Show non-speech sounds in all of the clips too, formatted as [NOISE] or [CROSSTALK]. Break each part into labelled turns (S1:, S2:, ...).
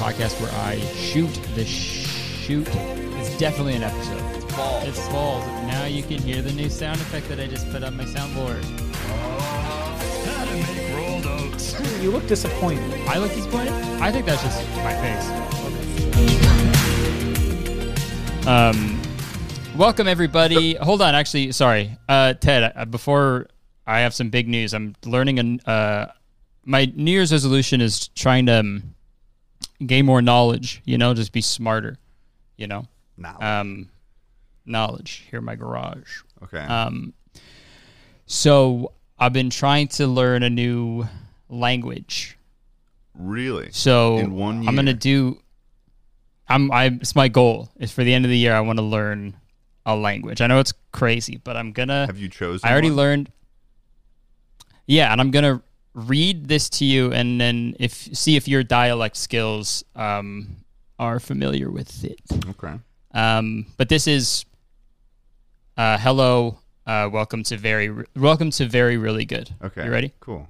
S1: podcast where I shoot the sh- shoot. It's definitely an episode. It's balls. It's balls. Now you can hear the new sound effect that I just put on my soundboard.
S2: How to make rolled oats.
S3: You look disappointed.
S1: I look disappointed. I think that's just my face. Um, welcome everybody. Hold on, actually, sorry, uh, Ted. Uh, before I have some big news, I'm learning. An, uh, my New Year's resolution is trying to um, gain more knowledge. You know, just be smarter. You know,
S2: Now.
S1: um, knowledge. Here, in my garage.
S2: okay.
S1: Um, so I've been trying to learn a new language.
S2: really?
S1: So
S2: In one
S1: I'm gonna
S2: year.
S1: do. I'm. I. It's my goal. Is for the end of the year. I want to learn a language. I know it's crazy, but I'm gonna.
S2: Have you chosen?
S1: I already
S2: one?
S1: learned. Yeah, and I'm gonna read this to you, and then if see if your dialect skills um, are familiar with it.
S2: Okay.
S1: Um, but this is uh, hello, uh, welcome to very, welcome to very, really good.
S2: Okay.
S1: you ready?
S2: Cool.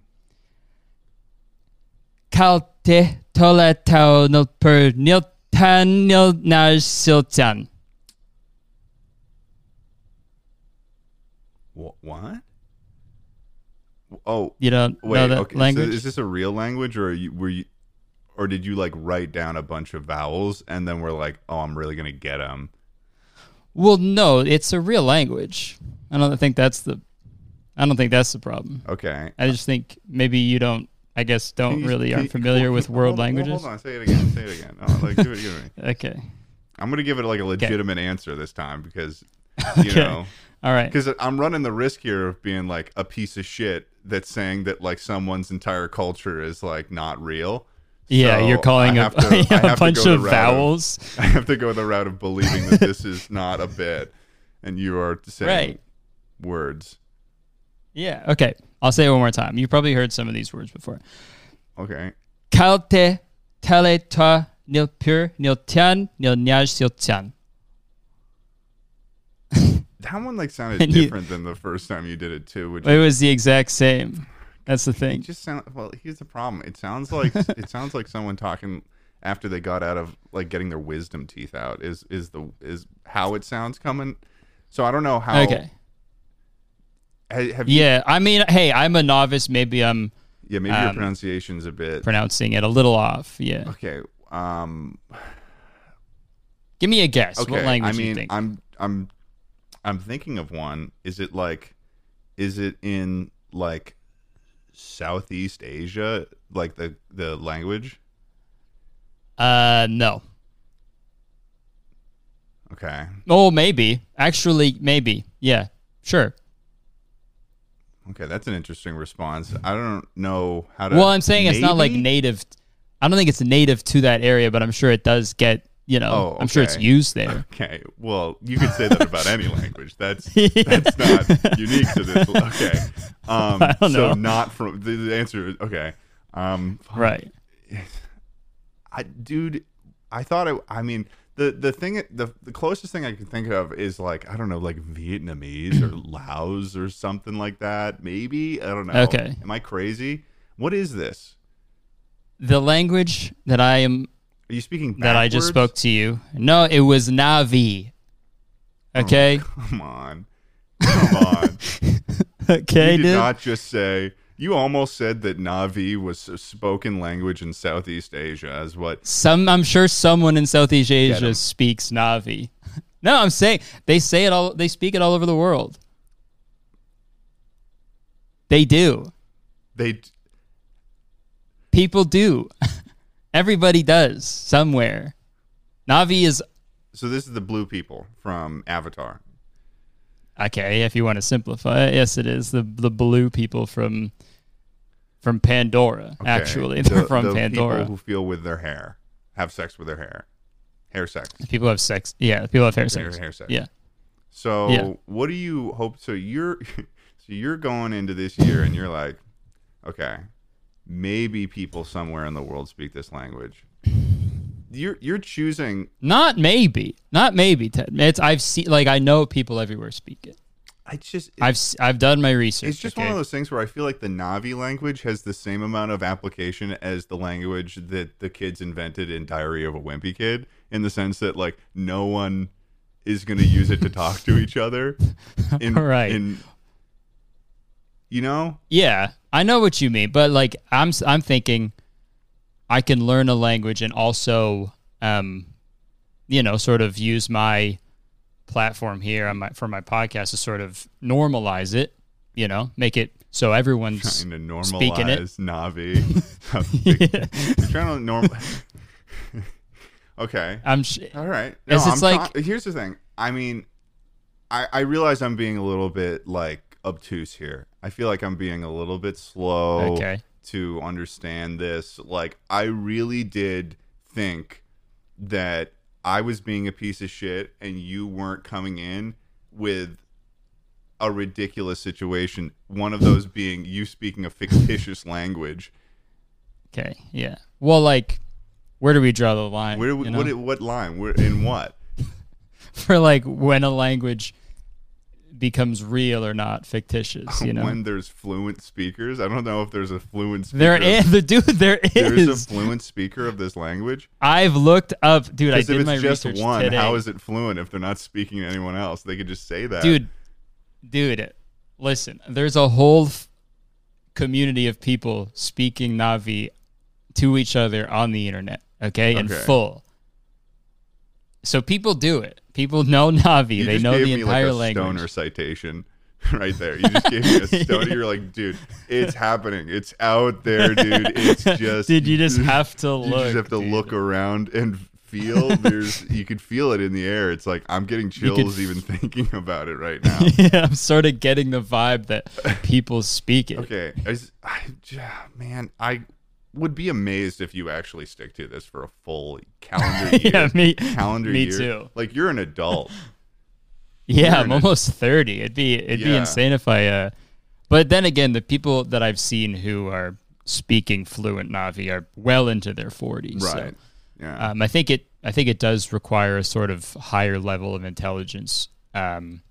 S1: Kalte toletau no per niltan nil naj siltan.
S2: Wh- what? Oh,
S1: You don't
S2: wait.
S1: know that
S2: okay. so
S1: language?
S2: is this a real language, or are you, were you, or did you like write down a bunch of vowels and then we're like, oh, I'm really gonna get them?
S1: well, no, it's a real language. I don't think that's the, I don't think that's the problem.
S2: Okay.
S1: I just think maybe you don't. I guess
S2: Can
S1: don't
S2: you-
S1: really
S2: can
S1: aren't
S2: you-
S1: familiar
S2: hold-
S1: with world
S2: hold on,
S1: languages.
S2: Hold on. Say it again. Say it again. Oh, like, give it, give
S1: [LAUGHS]
S2: it.
S1: Okay.
S2: I'm gonna give it like a legitimate answer this time
S1: [LAUGHS]
S2: because you know.
S1: All right.
S2: Because I'm running the risk here of being like a piece of shit that's saying that like someone's entire culture is like not real. [LAUGHS]
S1: Yeah,
S2: So
S1: you're calling
S2: I
S1: a [LAUGHS]
S2: have to- I have to
S1: a bunch
S2: go the
S1: of
S2: route
S1: vowels.
S2: I have to go the route of believing that this is not a bit, and you are saying
S1: Right.
S2: words.
S1: Yeah. Okay. I'll say it one more time. You probably heard some of these words before.
S2: Okay.
S1: Kalte tele ta nil pur nil tian nil nyaj sil tian.
S2: That one like sounded
S1: And you-
S2: different than the first time you did it too, which
S1: It was the exact same. That's the
S2: it
S1: thing.
S2: just sound well, here's the problem. It
S1: [LAUGHS]
S2: sounds like it sounds like someone talking after they got out of like getting their wisdom teeth out is is the is how it sounds coming. So I don't know how
S1: Okay.
S2: Ha- have you
S1: Yeah. I mean, hey, I'm a novice. Maybe I'm
S2: Yeah, maybe your
S1: Um,
S2: pronunciation's a bit.
S1: pronouncing it a little off. Yeah.
S2: okay. Um.
S1: Give me a guess.
S2: Okay.
S1: What language
S2: I mean,
S1: you think?
S2: I'm I'm I'm thinking of one. Is it like, is it in like Southeast Asia, like the the language?
S1: uh, no.
S2: Okay.
S1: Oh, maybe. Actually, maybe. Yeah. Sure.
S2: Okay, that's an interesting response. I don't know how to.
S1: Well, I'm saying it's not like
S2: Maybe?
S1: native. I don't think it's native to that area, but I'm sure it does get. You know,
S2: Oh,
S1: I'm sure it's
S2: okay.
S1: used
S2: [LAUGHS]
S1: there.
S2: Okay. Well, you could say that
S1: [LAUGHS]
S2: about any language. That's that's not unique to this. Okay.
S1: [LAUGHS]
S2: Um,
S1: I don't
S2: So
S1: know.
S2: not from the, the answer. is Okay. Um,
S1: right.
S2: I dude, I thought it, I mean the the thing the the closest thing I can think of is like I don't know like
S1: [CLEARS THROAT]
S2: Vietnamese or Laos or something like that. Maybe I don't know.
S1: Okay.
S2: am I crazy? What is this?
S1: The language that I am
S2: Are you speaking backwards?
S1: that I just spoke to you. No, it was Navi.
S2: Oh, [LAUGHS]
S1: Okay. [LAUGHS]
S2: Come on, come on.
S1: okay,
S2: you did
S1: dude.
S2: not just say. You almost said that Navi was a spoken language in Southeast Asia, as what?
S1: Some I'm sure someone in Southeast
S2: Get 'em.
S1: Asia speaks Navi. [LAUGHS] No, I'm saying they say it all they speak it all over the world. They do.
S2: They
S1: People do. [LAUGHS] Everybody does somewhere. Navi is
S2: so this is the blue people from Avatar.
S1: okay, if you want to simplify it, yes, it is the the blue people from from Pandora.
S2: Okay.
S1: Actually, [LAUGHS]
S2: The-
S1: they're from
S2: the
S1: Pandora.
S2: People who feel with their hair, have sex with their hair, hair sex.
S1: People have sex. Yeah, people have hair
S2: Hair-
S1: sex.
S2: hair sex.
S1: Yeah.
S2: So
S1: Yeah.
S2: what do you hope? So you're [LAUGHS] so you're going into this year and you're like, okay, maybe people somewhere in the world speak this language. You're you're choosing.
S1: Not maybe. Not maybe, Ted. It's I've seen like I know people everywhere speak it.
S2: I just it-
S1: I've s- I've done my research.
S2: it's just
S1: okay?
S2: one of those things where I feel like the Navi language has the same amount of application as the language that the kids invented in Diary of a Wimpy Kid, in the sense that like no one is going to use it to talk to
S1: [LAUGHS]
S2: each other. In,
S1: Right.
S2: In, you know,
S1: Yeah, I know what you mean, but like I'm s- I'm thinking I can learn a language and also um you know, sort of use my platform here on my for my podcast to sort of normalize it, you know, make it so everyone's
S2: trying to
S1: speaking it.
S2: normalize
S1: [LAUGHS]
S2: Navi. [LAUGHS] You're trying to normal. [LAUGHS] okay.
S1: I'm sh-
S2: All right. No,
S1: It's-
S2: I'm
S1: it's like-
S2: try- here's the thing. I mean, I I realize I'm being a little bit like obtuse here. I feel like I'm being a little bit slow
S1: Okay.
S2: to understand this. Like I really did think that I was being a piece of shit and you weren't coming in with a ridiculous situation. One of those being you speaking a fictitious [LAUGHS] language.
S1: okay, yeah. Well, like where do we draw the line?
S2: Where do we,
S1: you know?
S2: what what line? Where in what?
S1: [LAUGHS] for like when a language becomes real or not
S2: [LAUGHS]
S1: fictitious, you know.
S2: when there's fluent speakers. I don't know if there's a fluent speaker.
S1: there is [LAUGHS] the dude there [LAUGHS]
S2: there's a
S1: is.
S2: fluent speaker of this language.
S1: I've looked up dude, I
S2: Because
S1: did
S2: if
S1: my
S2: it's just
S1: research
S2: one,
S1: today.
S2: how is it fluent if they're not speaking to anyone else? They could just say that.
S1: dude dude listen there's a whole f- community of people speaking navi to each other on the internet okay, in
S2: Okay.
S1: full so people do it people know [LAUGHS] navi
S2: you
S1: they
S2: just
S1: know
S2: gave
S1: the
S2: me
S1: entire
S2: like a stoner
S1: language
S2: citation [LAUGHS] right there. You just gave
S1: [LAUGHS]
S2: me a stoner. You're like, dude, it's happening. It's out there, dude.
S1: [LAUGHS]
S2: It's just
S1: dude you just have to look
S2: [LAUGHS] you just have to
S1: dude.
S2: look around and feel there's
S1: [LAUGHS]
S2: you could feel it in the air it's like i'm getting
S1: could
S2: chills even thinking about it right now
S1: yeah, [LAUGHS] I'm sort of getting the vibe that people speak it.
S2: [LAUGHS] Okay, I, s- I j- man, I would be amazed if you actually stick to this for a full calendar year.
S1: [LAUGHS] Yeah, me,
S2: calendar
S1: me
S2: year.
S1: too.
S2: Like you're an adult.
S1: Yeah, I'm
S2: Weird.
S1: almost thirty. It'd be it'd be
S2: Yeah.
S1: insane if I. Uh, but then again, the people that I've seen who are speaking fluent Navi are well into their forties.
S2: right.
S1: [LAUGHS] So,
S2: yeah.
S1: um, I think it I think it does require a sort of higher level of intelligence um,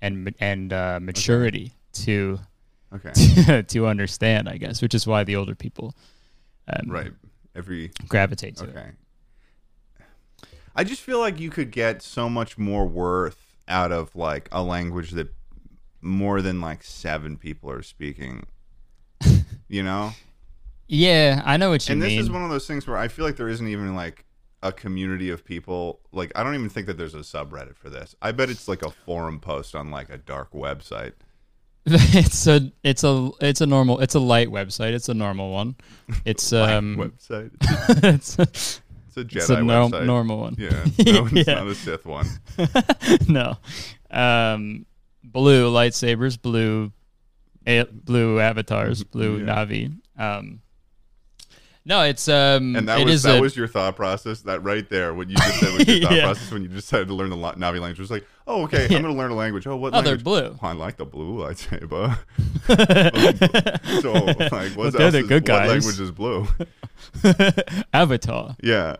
S1: and ma- and uh, maturity uh,
S2: okay.
S1: to [LAUGHS] to understand, I guess, which is why the older people
S2: Right. Every
S1: gravitate to it.
S2: okay. I just feel like you could get so much more worth out of like a language that more than like seven people
S1: [LAUGHS]
S2: are speaking. You know?
S1: Yeah, I know what you
S2: and
S1: mean.
S2: this is one of those things where I feel like there isn't even like a community of people. Like I don't even think that there's a subreddit for this. I bet it's like a forum post on like a dark website.
S1: [LAUGHS] it's a it's a it's a normal it's a light website. It's a normal one.
S2: [LAUGHS]
S1: It's um
S2: website. It's a,
S1: [LAUGHS] it's a,
S2: it's a Jedi
S1: it's a no,
S2: website.
S1: normal one.
S2: Yeah. No, it's
S1: Yeah.
S2: not a Sith one.
S1: [LAUGHS] no. Um blue lightsabers, blue a, blue avatars, blue
S2: Mm-hmm. Yeah.
S1: Navi. Um No, it's um
S2: And that
S1: it
S2: was
S1: is
S2: that
S1: a-
S2: was your thought process. That right there, what you just said
S1: [LAUGHS]
S2: was your thought
S1: Yeah.
S2: process when you decided to learn the la- Navi language. It was like, oh, okay, I'm going to learn a language. Oh, what
S1: Oh, they're
S2: language?
S1: blue.
S2: Oh, I like the blue
S1: [LAUGHS]
S2: [LAUGHS] lightsaber. so, like,
S1: But
S2: what
S1: they're
S2: else
S1: the
S2: is,
S1: good
S2: What
S1: guys.
S2: language is blue? [LAUGHS]
S1: [LAUGHS] Avatar.
S2: Yeah.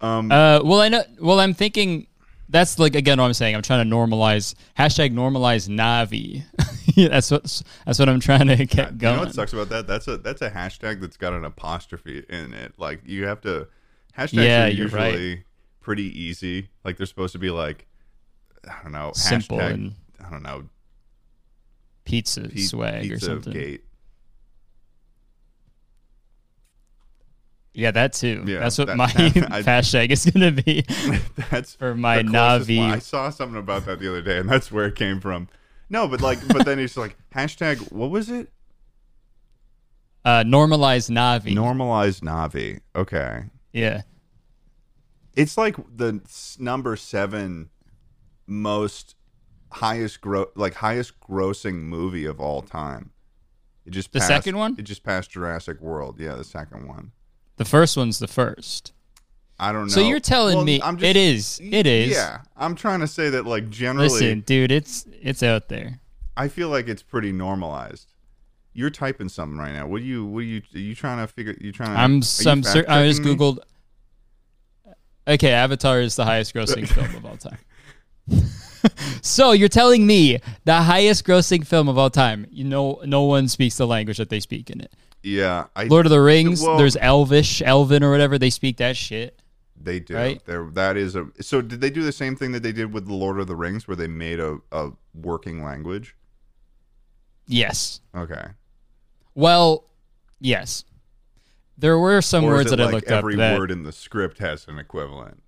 S2: Um,
S1: Uh, well, I know. Well, I'm thinking that's like again what I'm saying. I'm trying to normalize hashtag normalize Navi. [LAUGHS] Yeah, that's what that's what I'm trying to get
S2: You
S1: going.
S2: know what sucks about that? That's a that's a hashtag that's got an apostrophe in it. Like you have to hashtags
S1: Yeah,
S2: are
S1: you're right.
S2: usually pretty easy. Like they're supposed to be like I don't know,
S1: Simple
S2: hashtag,
S1: and
S2: I don't know,
S1: pizza
S2: pe-
S1: swag or
S2: pizza
S1: something.
S2: gate. [LAUGHS]
S1: Yeah, that too.
S2: Yeah,
S1: that's what
S2: that-
S1: my
S2: [LAUGHS] I-
S1: [LAUGHS] hashtag is gonna be.
S2: That's
S1: For my
S2: the closest
S1: Navi.
S2: one. I saw something about that the other day and that's where it came from. No, but like but then it's like hashtag what was it?
S1: Uh, normalize Navi.
S2: Normalized Navi. Okay.
S1: yeah,
S2: It's like the s- number seven most highest gro- like highest grossing movie of all time. It just
S1: The
S2: passed-
S1: second one?
S2: It just passed Jurassic World. Yeah, the second one.
S1: The first one's the first.
S2: I don't know.
S1: So you're telling me it is- it is.
S2: Yeah, I'm trying to say that like generally,
S1: Listen, dude, it's it's out there.
S2: I feel like it's pretty normalized. You're typing something right now. What do you? What do you? Are you trying to figure? You trying to? are
S1: I'm
S2: you
S1: some. Cer- I just
S2: fact-checking me?
S1: googled. Okay, Avatar is the highest
S2: [LAUGHS]
S1: grossing film of all time. [LAUGHS] so you're telling me the highest grossing film of all time? You know, no one speaks the language that they speak in it.
S2: Yeah, I,
S1: Lord of the Rings,
S2: well-
S1: there's Elvish, Elvin, or whatever. They speak that shit.
S2: They do.
S1: Right?
S2: There, that is a. So did they do the same thing that they did with the Lord of the Rings, where they made a, a working language?
S1: Yes.
S2: Okay.
S1: Well, yes. There were some
S2: or
S1: words
S2: is it
S1: that I
S2: like
S1: looked
S2: every
S1: up that.
S2: word in the script has an equivalent.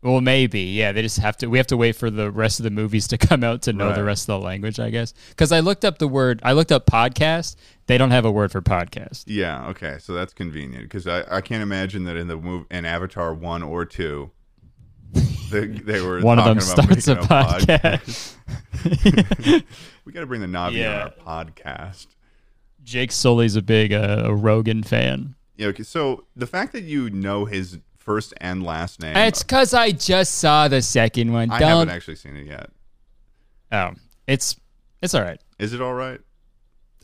S1: Well, maybe. Yeah, they just have to. We have to wait for the rest of the movies to [LAUGHS] come out to know the
S2: Right.
S1: rest of the language, I guess. Because I looked up the word. I looked up podcast. They don't have a word for podcast.
S2: Yeah. Okay. So that's convenient because I, I can't imagine that in the movie in Avatar one or two, they, they were
S1: [LAUGHS] One of
S2: talking
S1: them
S2: about
S1: starts a
S2: making pod-
S1: podcast.
S2: we got to bring the Navi
S1: Yeah.
S2: on our podcast.
S1: [LAUGHS] Jake Sully's a big uh, a Rogan fan.
S2: Yeah. Okay. So the fact that you know his first and last name,
S1: It's because I just saw the second one.
S2: I
S1: don't.
S2: haven't actually seen it yet.
S1: oh, it's it's all right.
S2: Is it all right?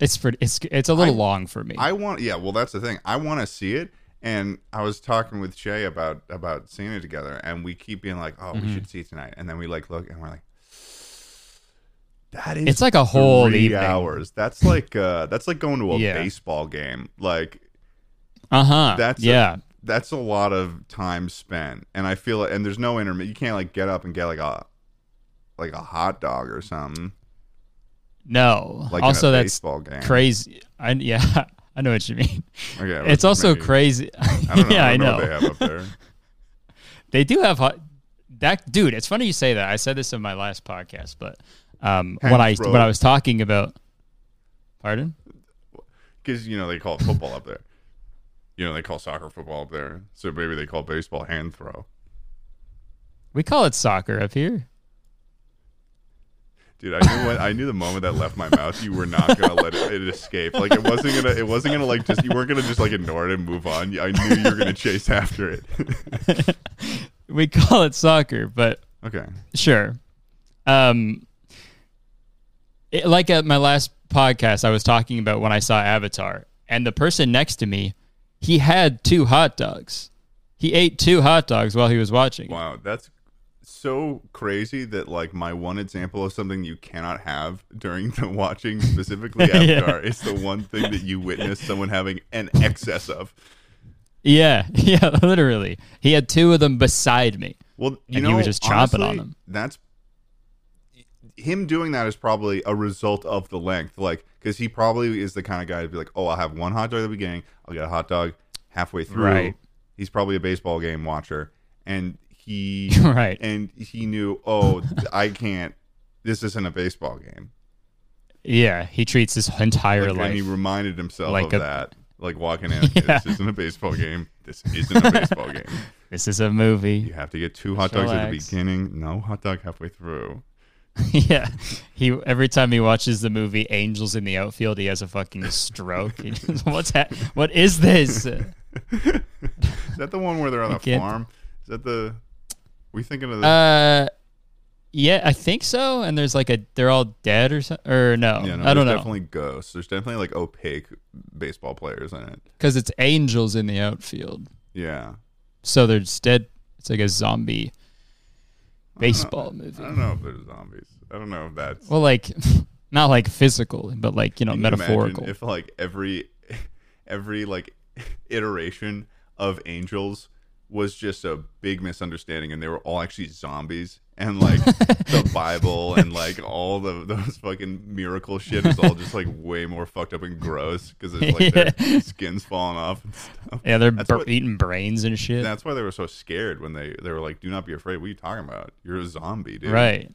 S1: It's pretty. It's it's a little
S2: I-
S1: long for me.
S2: I want yeah, well that's the thing. I want to see it and I was talking with Shay about about seeing it together and we keep being like, "Oh, we
S1: Mm-hmm.
S2: should see it tonight." And then we like look and we're like that is
S1: It's like a whole
S2: three
S1: evening.
S2: hours. That's like uh that's like going to a
S1: [LAUGHS] Yeah.
S2: baseball game. Like
S1: Uh huh.
S2: that's a-
S1: yeah.
S2: that's a lot of time spent. And I feel and there's no intermittent. You can't like get up and get like a like a hot dog or something.
S1: no.
S2: Like
S1: also,
S2: in a
S1: that's
S2: baseball game.
S1: crazy. I, yeah, [LAUGHS] I know what you mean.
S2: Okay, well,
S1: It's also
S2: maybe-
S1: crazy.
S2: I don't
S1: [LAUGHS]
S2: know.
S1: yeah,
S2: I don't
S1: I
S2: know,
S1: know.
S2: what they have up there.
S1: They do have hot. That dude, it's funny you say that. I said this in my last podcast, but um, when I
S2: Hands, bro.
S1: when I was talking about, pardon,
S2: because you know they call it football up there. You know they call soccer football up there, so maybe they call baseball hand throw.
S1: we call it soccer up here.
S2: Dude, I knew when, I knew the moment that left my mouth, you were not gonna let it, it escape. Like it wasn't gonna, it wasn't gonna like just you weren't gonna just like ignore it and move on. I knew you were gonna chase after it. [LAUGHS]
S1: We [LAUGHS] call it soccer, but
S2: okay,
S1: Sure. Um, it, like at my last podcast, I was talking about when I saw Avatar, and the person next to me, he had two hot dogs. He ate two hot dogs while he was watching.
S2: wow, that's so crazy that like my one example of something you cannot have during the watching specifically Avatar is the one thing that you witness someone having an excess of.
S1: Yeah, [LAUGHS] yeah, literally. He had two of them beside me.
S2: Well, you
S1: And
S2: know,
S1: he was just chomping on
S2: honestly,
S1: them.
S2: That's him doing that is probably a result of the length, like because he probably is the kind of guy to be like, "Oh, I'll have one hot dog at the beginning. I'll get a hot dog halfway through."
S1: Right.
S2: He's probably a baseball game watcher, and he
S1: [LAUGHS] Right.
S2: and he knew, "Oh, th- I can't. This isn't a baseball game."
S1: Yeah, he treats his entire
S2: Like, and he
S1: life.
S2: reminded himself
S1: Like
S2: of
S1: a-
S2: that,
S1: [LAUGHS]
S2: like walking in. This isn't a baseball game. This isn't a baseball game.
S1: this is a movie.
S2: You have to get two hot dogs at the
S1: relax.
S2: beginning. No hot dog halfway through.
S1: [LAUGHS] Yeah. He every time he watches the movie Angels in the Outfield, he has a fucking
S2: [LAUGHS]
S1: stroke. [LAUGHS] He just, What's that? What is this?
S2: Is that the one where they're on a
S1: can't-
S2: farm? Is that the? We thinking of the?
S1: Uh, yeah, I think so. And there's like a they're all dead or something or no,
S2: yeah, no,
S1: I don't
S2: there's
S1: know
S2: Definitely ghosts. There's definitely like opaque baseball players in it.
S1: because it's angels in the outfield,
S2: Yeah,
S1: so they're just dead. It's like a zombie baseball
S2: I
S1: movie.
S2: don't know if there's zombies. I don't know if that's
S1: Well, like [LAUGHS] not like physical, but like you know
S2: Can you imagine
S1: metaphorical.
S2: If like every, every like iteration of angels was just a big misunderstanding, and they were all actually zombies, and like the Bible and like all the those fucking miracle shit is all just like way more fucked up and gross because it's like their skins falling off and stuff.
S1: yeah, they're
S2: that's
S1: bur-
S2: what-
S1: eating brains and shit.
S2: That's why they were so scared when they they were like, "Do not be afraid." What are you talking about? You're a zombie, dude.
S1: Right.
S3: Hey,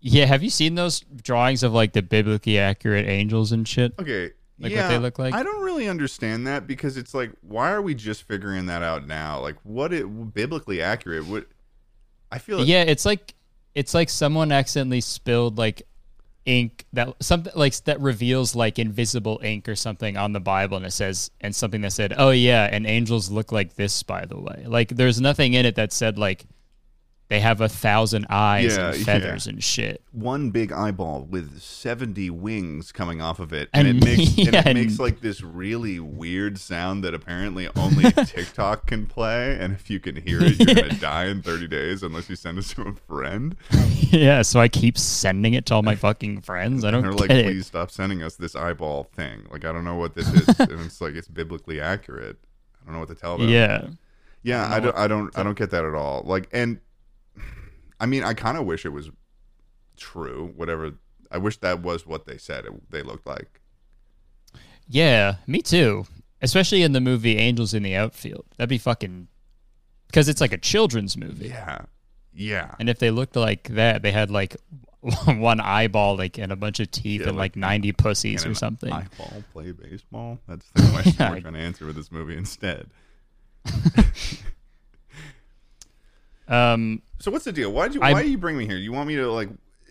S1: Yeah, have you seen those drawings of like the biblically accurate angels and shit?
S2: Okay.
S1: Like what
S2: yeah,
S1: they look like?
S2: I don't really understand that because it's like, why are we just figuring that out now? Like, what it biblically accurate? What I feel.
S1: Yeah, it's like it's like someone accidentally spilled like ink that something like that reveals like invisible ink or something on the Bible, and it says and something that said, "Oh yeah, and angels look like this." By the way, like there's nothing in it that said like they have a thousand eyes
S2: Yeah, yeah.
S1: and feathers and shit. [LAUGHS]
S2: one big eyeball with 70 wings coming off of it and,
S1: And-
S2: it makes
S1: [LAUGHS]
S2: and
S1: yeah,
S2: it
S1: and-
S2: makes like this really weird sound that apparently
S1: [LAUGHS]
S2: only TikTok can play and if you can hear it you're going to die in 30 days unless you send it to a friend
S1: yeah, so I keep sending it to all
S2: [LAUGHS]
S1: my fucking friends. I
S2: and
S1: don't
S2: they're
S1: get
S2: like
S1: it.
S2: please stop sending us this eyeball thing like I don't know what this is and it's like it's biblically accurate I don't know what to tell
S1: [LAUGHS]
S2: them
S1: Yeah.
S2: Yeah, I don't, I don't, I don't get that at all. Like, and I mean, I kind of wish it was true. Whatever, I wish that was what they said. It, they looked like.
S1: Yeah, me too. Especially in the movie Angels in the Outfield. That'd be fucking because it's like a children's movie.
S2: Yeah, yeah,
S1: And if they looked like that, they had like [LAUGHS] one eyeball like and a bunchch of teeth and like, 90 pussies
S2: And
S1: or
S2: an
S1: something.
S2: Eyeball play baseball. That's the [LAUGHS] question
S1: Yeah,
S2: we're
S1: I-
S2: going to answer with this movie instead.
S1: Um
S2: So what's the deal? Why did you?
S1: I'm-
S2: why do you bring me here? You want me to like?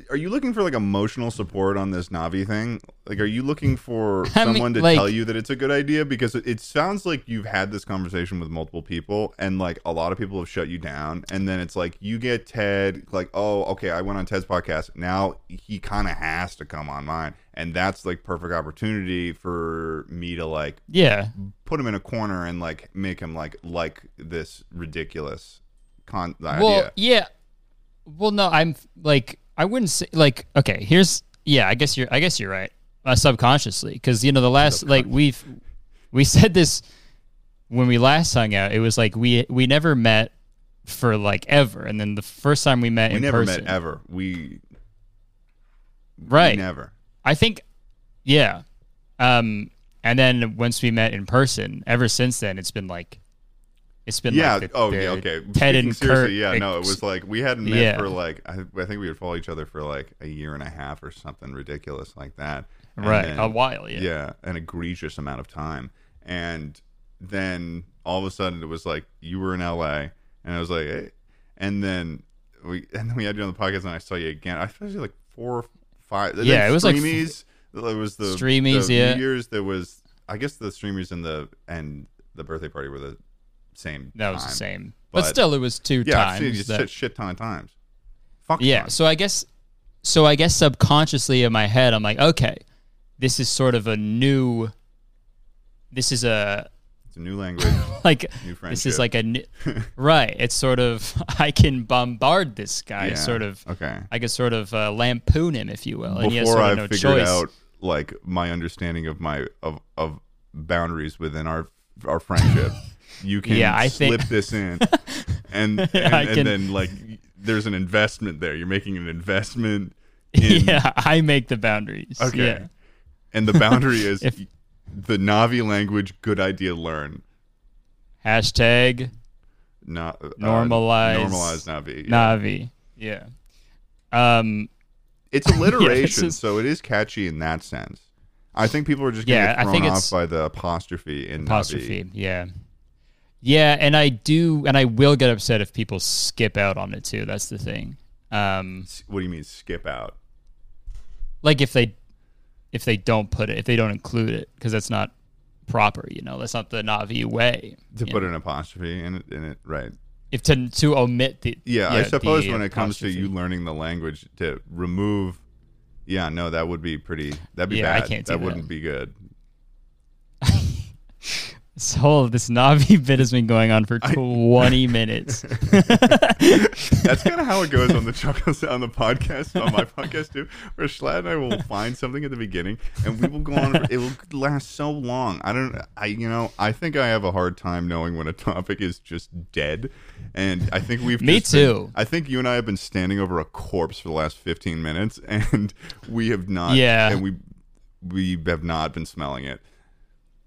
S2: Are you looking for like emotional support on this Navi thing? Like, are you looking for
S1: [LAUGHS] I mean,
S2: someone to
S1: like-
S2: tell you that it's a good idea? Because it, it sounds like you've had this conversation with multiple people, and like a lot of people have shut you down. And then it's like you get Ted, like, oh, okay, I went on Ted's podcast. Now he kind of has to come on mine, and that's like perfect opportunity for me to like
S1: yeah.
S2: put him in a corner and like make him like like this ridiculous con
S1: Well,
S2: idea.
S1: yeah. Well, no, I'm like I wouldn't say like okay. Here's yeah. I guess you're. I guess you're right. Uh, subconsciously, because you know the last like we've we [LAUGHS] said this when we last hung out. It was like we we never met for like ever, and then the first time we met
S2: We
S1: in
S2: never
S1: person,
S2: met ever. We
S1: right?
S2: Never.
S1: I think, yeah. Um, and then once we met in person, ever since then, it's been like, it's been
S2: yeah.
S1: Like the-
S2: oh,
S1: the
S2: yeah. Okay.
S1: Ted
S2: Speaking
S1: and Kurt.
S2: seriously, Yeah. No, it
S1: ex-
S2: was like we hadn't met
S1: Yeah.
S2: for like I, I think we would follow each other for like a year and a half or something ridiculous like that. And
S1: right
S2: then-
S1: a while. Yeah.
S2: an egregious amount of time, and then all of a sudden it was like you were in L.A. and I was like, hey. and then we [LAUGHS] and then we had you on the podcast and I saw you again. I thought you like four, or five.
S1: Yeah,
S2: then
S1: it was like f-
S2: Streamies. There was the
S1: Streamies,
S2: the
S1: yeah.
S2: New Year's. There was I guess the streamers and the and the birthday party were the same.
S1: That was the
S2: time.
S1: same. But,
S2: But-
S1: still, it was two
S2: Yeah, I've
S1: times.
S2: seen you
S1: that-
S2: shit, shit ton of times. Fuck
S1: yeah.
S2: ton.
S1: So I guess, so I guess subconsciously in my head, I'm like, okay, this is sort of a new. This is a
S2: it's a new language.
S1: like [LAUGHS]
S2: New
S1: this
S2: friendship.
S1: is like a n-
S2: [LAUGHS]
S1: right. It's sort of [LAUGHS] I can bombard this guy.
S2: Yeah,
S1: Sort of
S2: okay.
S1: I can sort of uh, lampoon him, if you will, and he has
S2: before
S1: sort of
S2: I
S1: no
S2: figured
S1: choice. [LAUGHS]
S2: out like my understanding of my of of boundaries within our our friendship.
S1: [LAUGHS]
S2: you can
S1: Yeah, I think-
S2: slip this
S1: [LAUGHS]
S2: in, and and,
S1: I
S2: and
S1: can-
S2: then like there's an investment there. You're making
S1: [LAUGHS]
S2: an investment in
S1: yeah, I make the boundaries.
S2: okay,
S1: Yeah.
S2: and the boundary
S1: [LAUGHS]
S2: is
S1: If-
S2: the Navi language. Good idea. Learn
S1: Hashtag
S2: not uh,
S1: Normalize
S2: normalize Navi. yeah.
S1: Navi. Yeah. Um. [LAUGHS]
S2: It's alliteration,
S1: is-
S2: so it is catchy in that sense. I think people are just gonna
S1: Yeah,
S2: get
S1: I
S2: thrown
S1: think
S2: off
S1: it's-
S2: by the apostrophe in Navi.
S1: Apostrophe. Yeah. Yeah, and I do, and I will get upset if people skip out on it too. That's the thing. Um,
S2: S- What do you mean skip out?
S1: like if they, if they don't put it, if they don't include it, because that's not proper. You know, that's not the Navi way.
S2: to
S1: you
S2: put
S1: know.
S2: an apostrophe in it, in it right
S1: if to to omit the
S2: yeah, i suppose when it comes to
S1: apostrophe.
S2: you learning the language to remove yeah no that would be pretty that'd be
S1: Yeah, I
S2: bad
S1: can't do
S2: that
S1: that.
S2: wouldn't be good
S1: This whole this Navi [LAUGHS] bit has been going on for
S2: [LAUGHS]
S1: twenty minutes.
S2: That's kind of how it goes
S1: [LAUGHS]
S2: on the Chuckles on the podcast, on my podcast too, where Schlatt and
S1: [LAUGHS]
S2: I will find something at the beginning and we will go on. for- It will last so long. I don't, I, you know, I think I have a hard time knowing when a topic is just dead. And I think we've,
S1: Me
S2: just been-
S1: too.
S2: I think you and I have been standing over a corpse for the last 15 minutes [LAUGHS] and we have not,
S1: Yeah.
S2: and we, we have not been smelling it.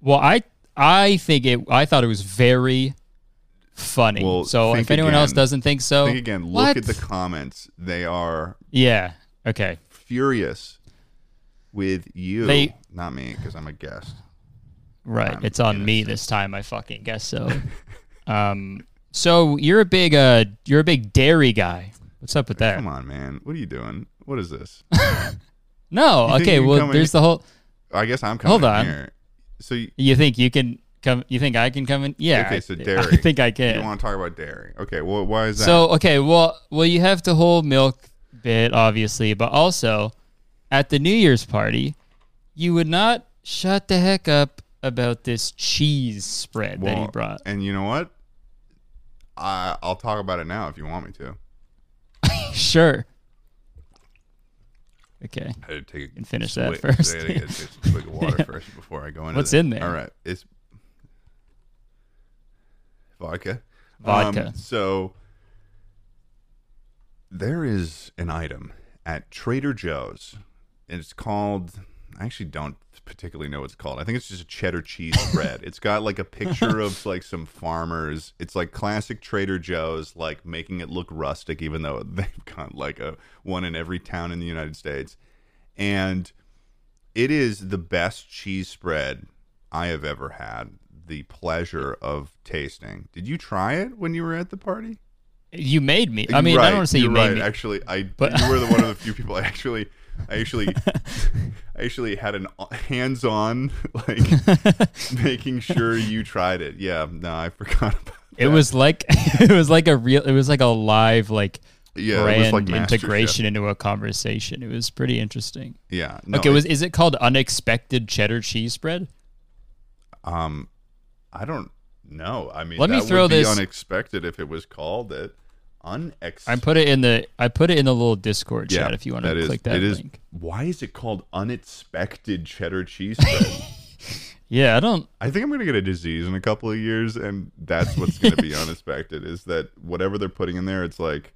S1: Well, I I think it. I thought it was very funny.
S2: Well,
S1: so
S2: think
S1: if anyone else
S2: again.
S1: doesn't think so,
S2: Think again, look
S1: Oh, what?
S2: at the comments. They are
S1: yeah. Okay.
S2: furious with you,
S1: They-
S2: not me, because I'm a guest.
S1: Right.
S2: I'm
S1: it's on me this time. I fucking guess
S2: [LAUGHS]
S1: so. um. So you're a big uh you're a big dairy guy. What's up with that?
S2: Come on, man. What are you doing? What
S1: [LAUGHS]
S2: is this?
S1: No.
S2: think
S1: okay.
S2: you can
S1: Well,
S2: come in-
S1: there's the whole.
S2: I guess I'm coming
S1: Hold on.
S2: here. So you,
S1: You think you can come? You think I can come in? Yeah.
S2: Okay, so
S1: [LAUGHS] I,
S2: dairy.
S1: I think I
S2: you
S1: can.
S2: want to talk about dairy? Okay. Well, why is that?
S1: So okay, well, well, you have the whole milk bit, obviously, but also at the New Year's party, you would not shut the heck up about this cheese spread that he
S2: Well,
S1: brought.
S2: And you know what? I, I'll talk about it now if you want me to.
S1: Sure. Okay.
S2: I had to take a
S1: can finish that
S2: swig-
S1: first.
S2: I had to get a swig of
S1: [LAUGHS]
S2: water first before I go into
S1: What's
S2: that.
S1: in there?
S2: All right, it's vodka.
S1: Vodka.
S2: Um, so there is an item at Trader Joe's, and it's called. I actually don't particularly know what it's called. I think it's just a cheddar cheese spread. it's got like a picture of like some farmers. It's like classic Trader Joe's, like making it look rustic, even though [LAUGHS] they've got like a one in every town in the United States. And it is the best cheese spread I have ever had. The pleasure of tasting. Did you try it when you were at the party?
S1: You made me. I mean, I
S2: Right,
S1: don't want to say
S2: you're
S1: you made
S2: right.
S1: me.
S2: Actually, I
S1: but-
S2: you were the
S1: [LAUGHS]
S2: one of the few people I actually, I actually, I actually had an o- hands-on [LAUGHS]
S1: [LAUGHS]
S2: like making sure you tried it. Yeah, no, I forgot about.
S1: It was like [LAUGHS] it was like a real. It was like a live like
S2: Yeah, it was
S1: brand
S2: like MasterChef.
S1: integration into a conversation. It was pretty interesting.
S2: Yeah. No,
S1: okay,
S2: it-
S1: was is it called unexpected cheddar cheese spread?
S2: um, I don't know. I mean,
S1: Let me
S2: that would
S1: throw
S2: be
S1: this-
S2: unexpected if it was called it. Unexpected.
S1: I put it in the I put it in the little Discord chat if you want
S2: that
S1: to
S2: is-
S1: click that
S2: it is-
S1: link.
S2: Why is it called unexpected
S1: [LAUGHS]
S2: cheddar cheese spread?
S1: Yeah, I don't.
S2: I think I'm gonna get a disease in a couple of years, and that's what's gonna
S1: [LAUGHS]
S2: be unexpected. Is that whatever they're putting in there? It's like,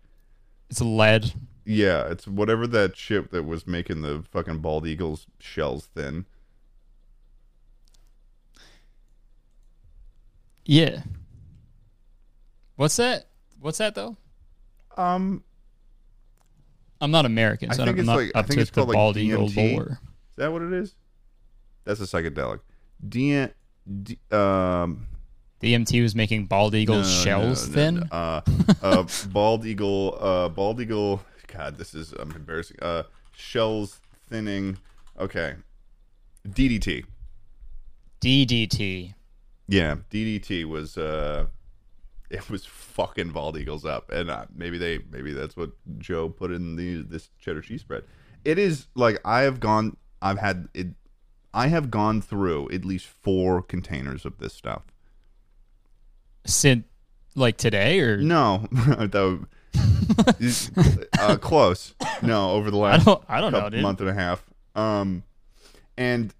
S1: It's lead.
S2: yeah, it's whatever that shit that was making the fucking bald eagles shells thin.
S1: Yeah. What's that? What's that though?
S2: Um,
S1: I'm not American,
S2: I
S1: so I
S2: think
S1: am
S2: it's
S1: not
S2: like- I
S1: up
S2: think
S1: to
S2: it's
S1: the
S2: called, like, E
S1: bald eagle
S2: DMT.
S1: lore.
S2: is that what it is? That's a psychedelic. D, D um,
S1: DMT E was making bald eagle
S2: Oh, no, no,
S1: shells
S2: no,
S1: thin.
S2: no,
S1: [LAUGHS]
S2: Uh, uh, bald eagle, uh, bald eagle. God, this is um, embarrassing. Uh, shells thinning. Okay, DDT.
S1: DDT.
S2: Yeah, DDT was uh it was fucking bald eagles up, and uh, maybe they maybe that's what Joe put in the this cheddar cheese spread. It is like I have gone, I've had it, I have gone through at least four containers of this stuff.
S1: Since like today or
S2: No, [LAUGHS] though,
S1: [LAUGHS]
S2: uh, close. No, over the
S1: I
S2: last
S1: don't. [LAUGHS] I don't know,
S2: couple-
S1: dude.
S2: month and a half. Um, and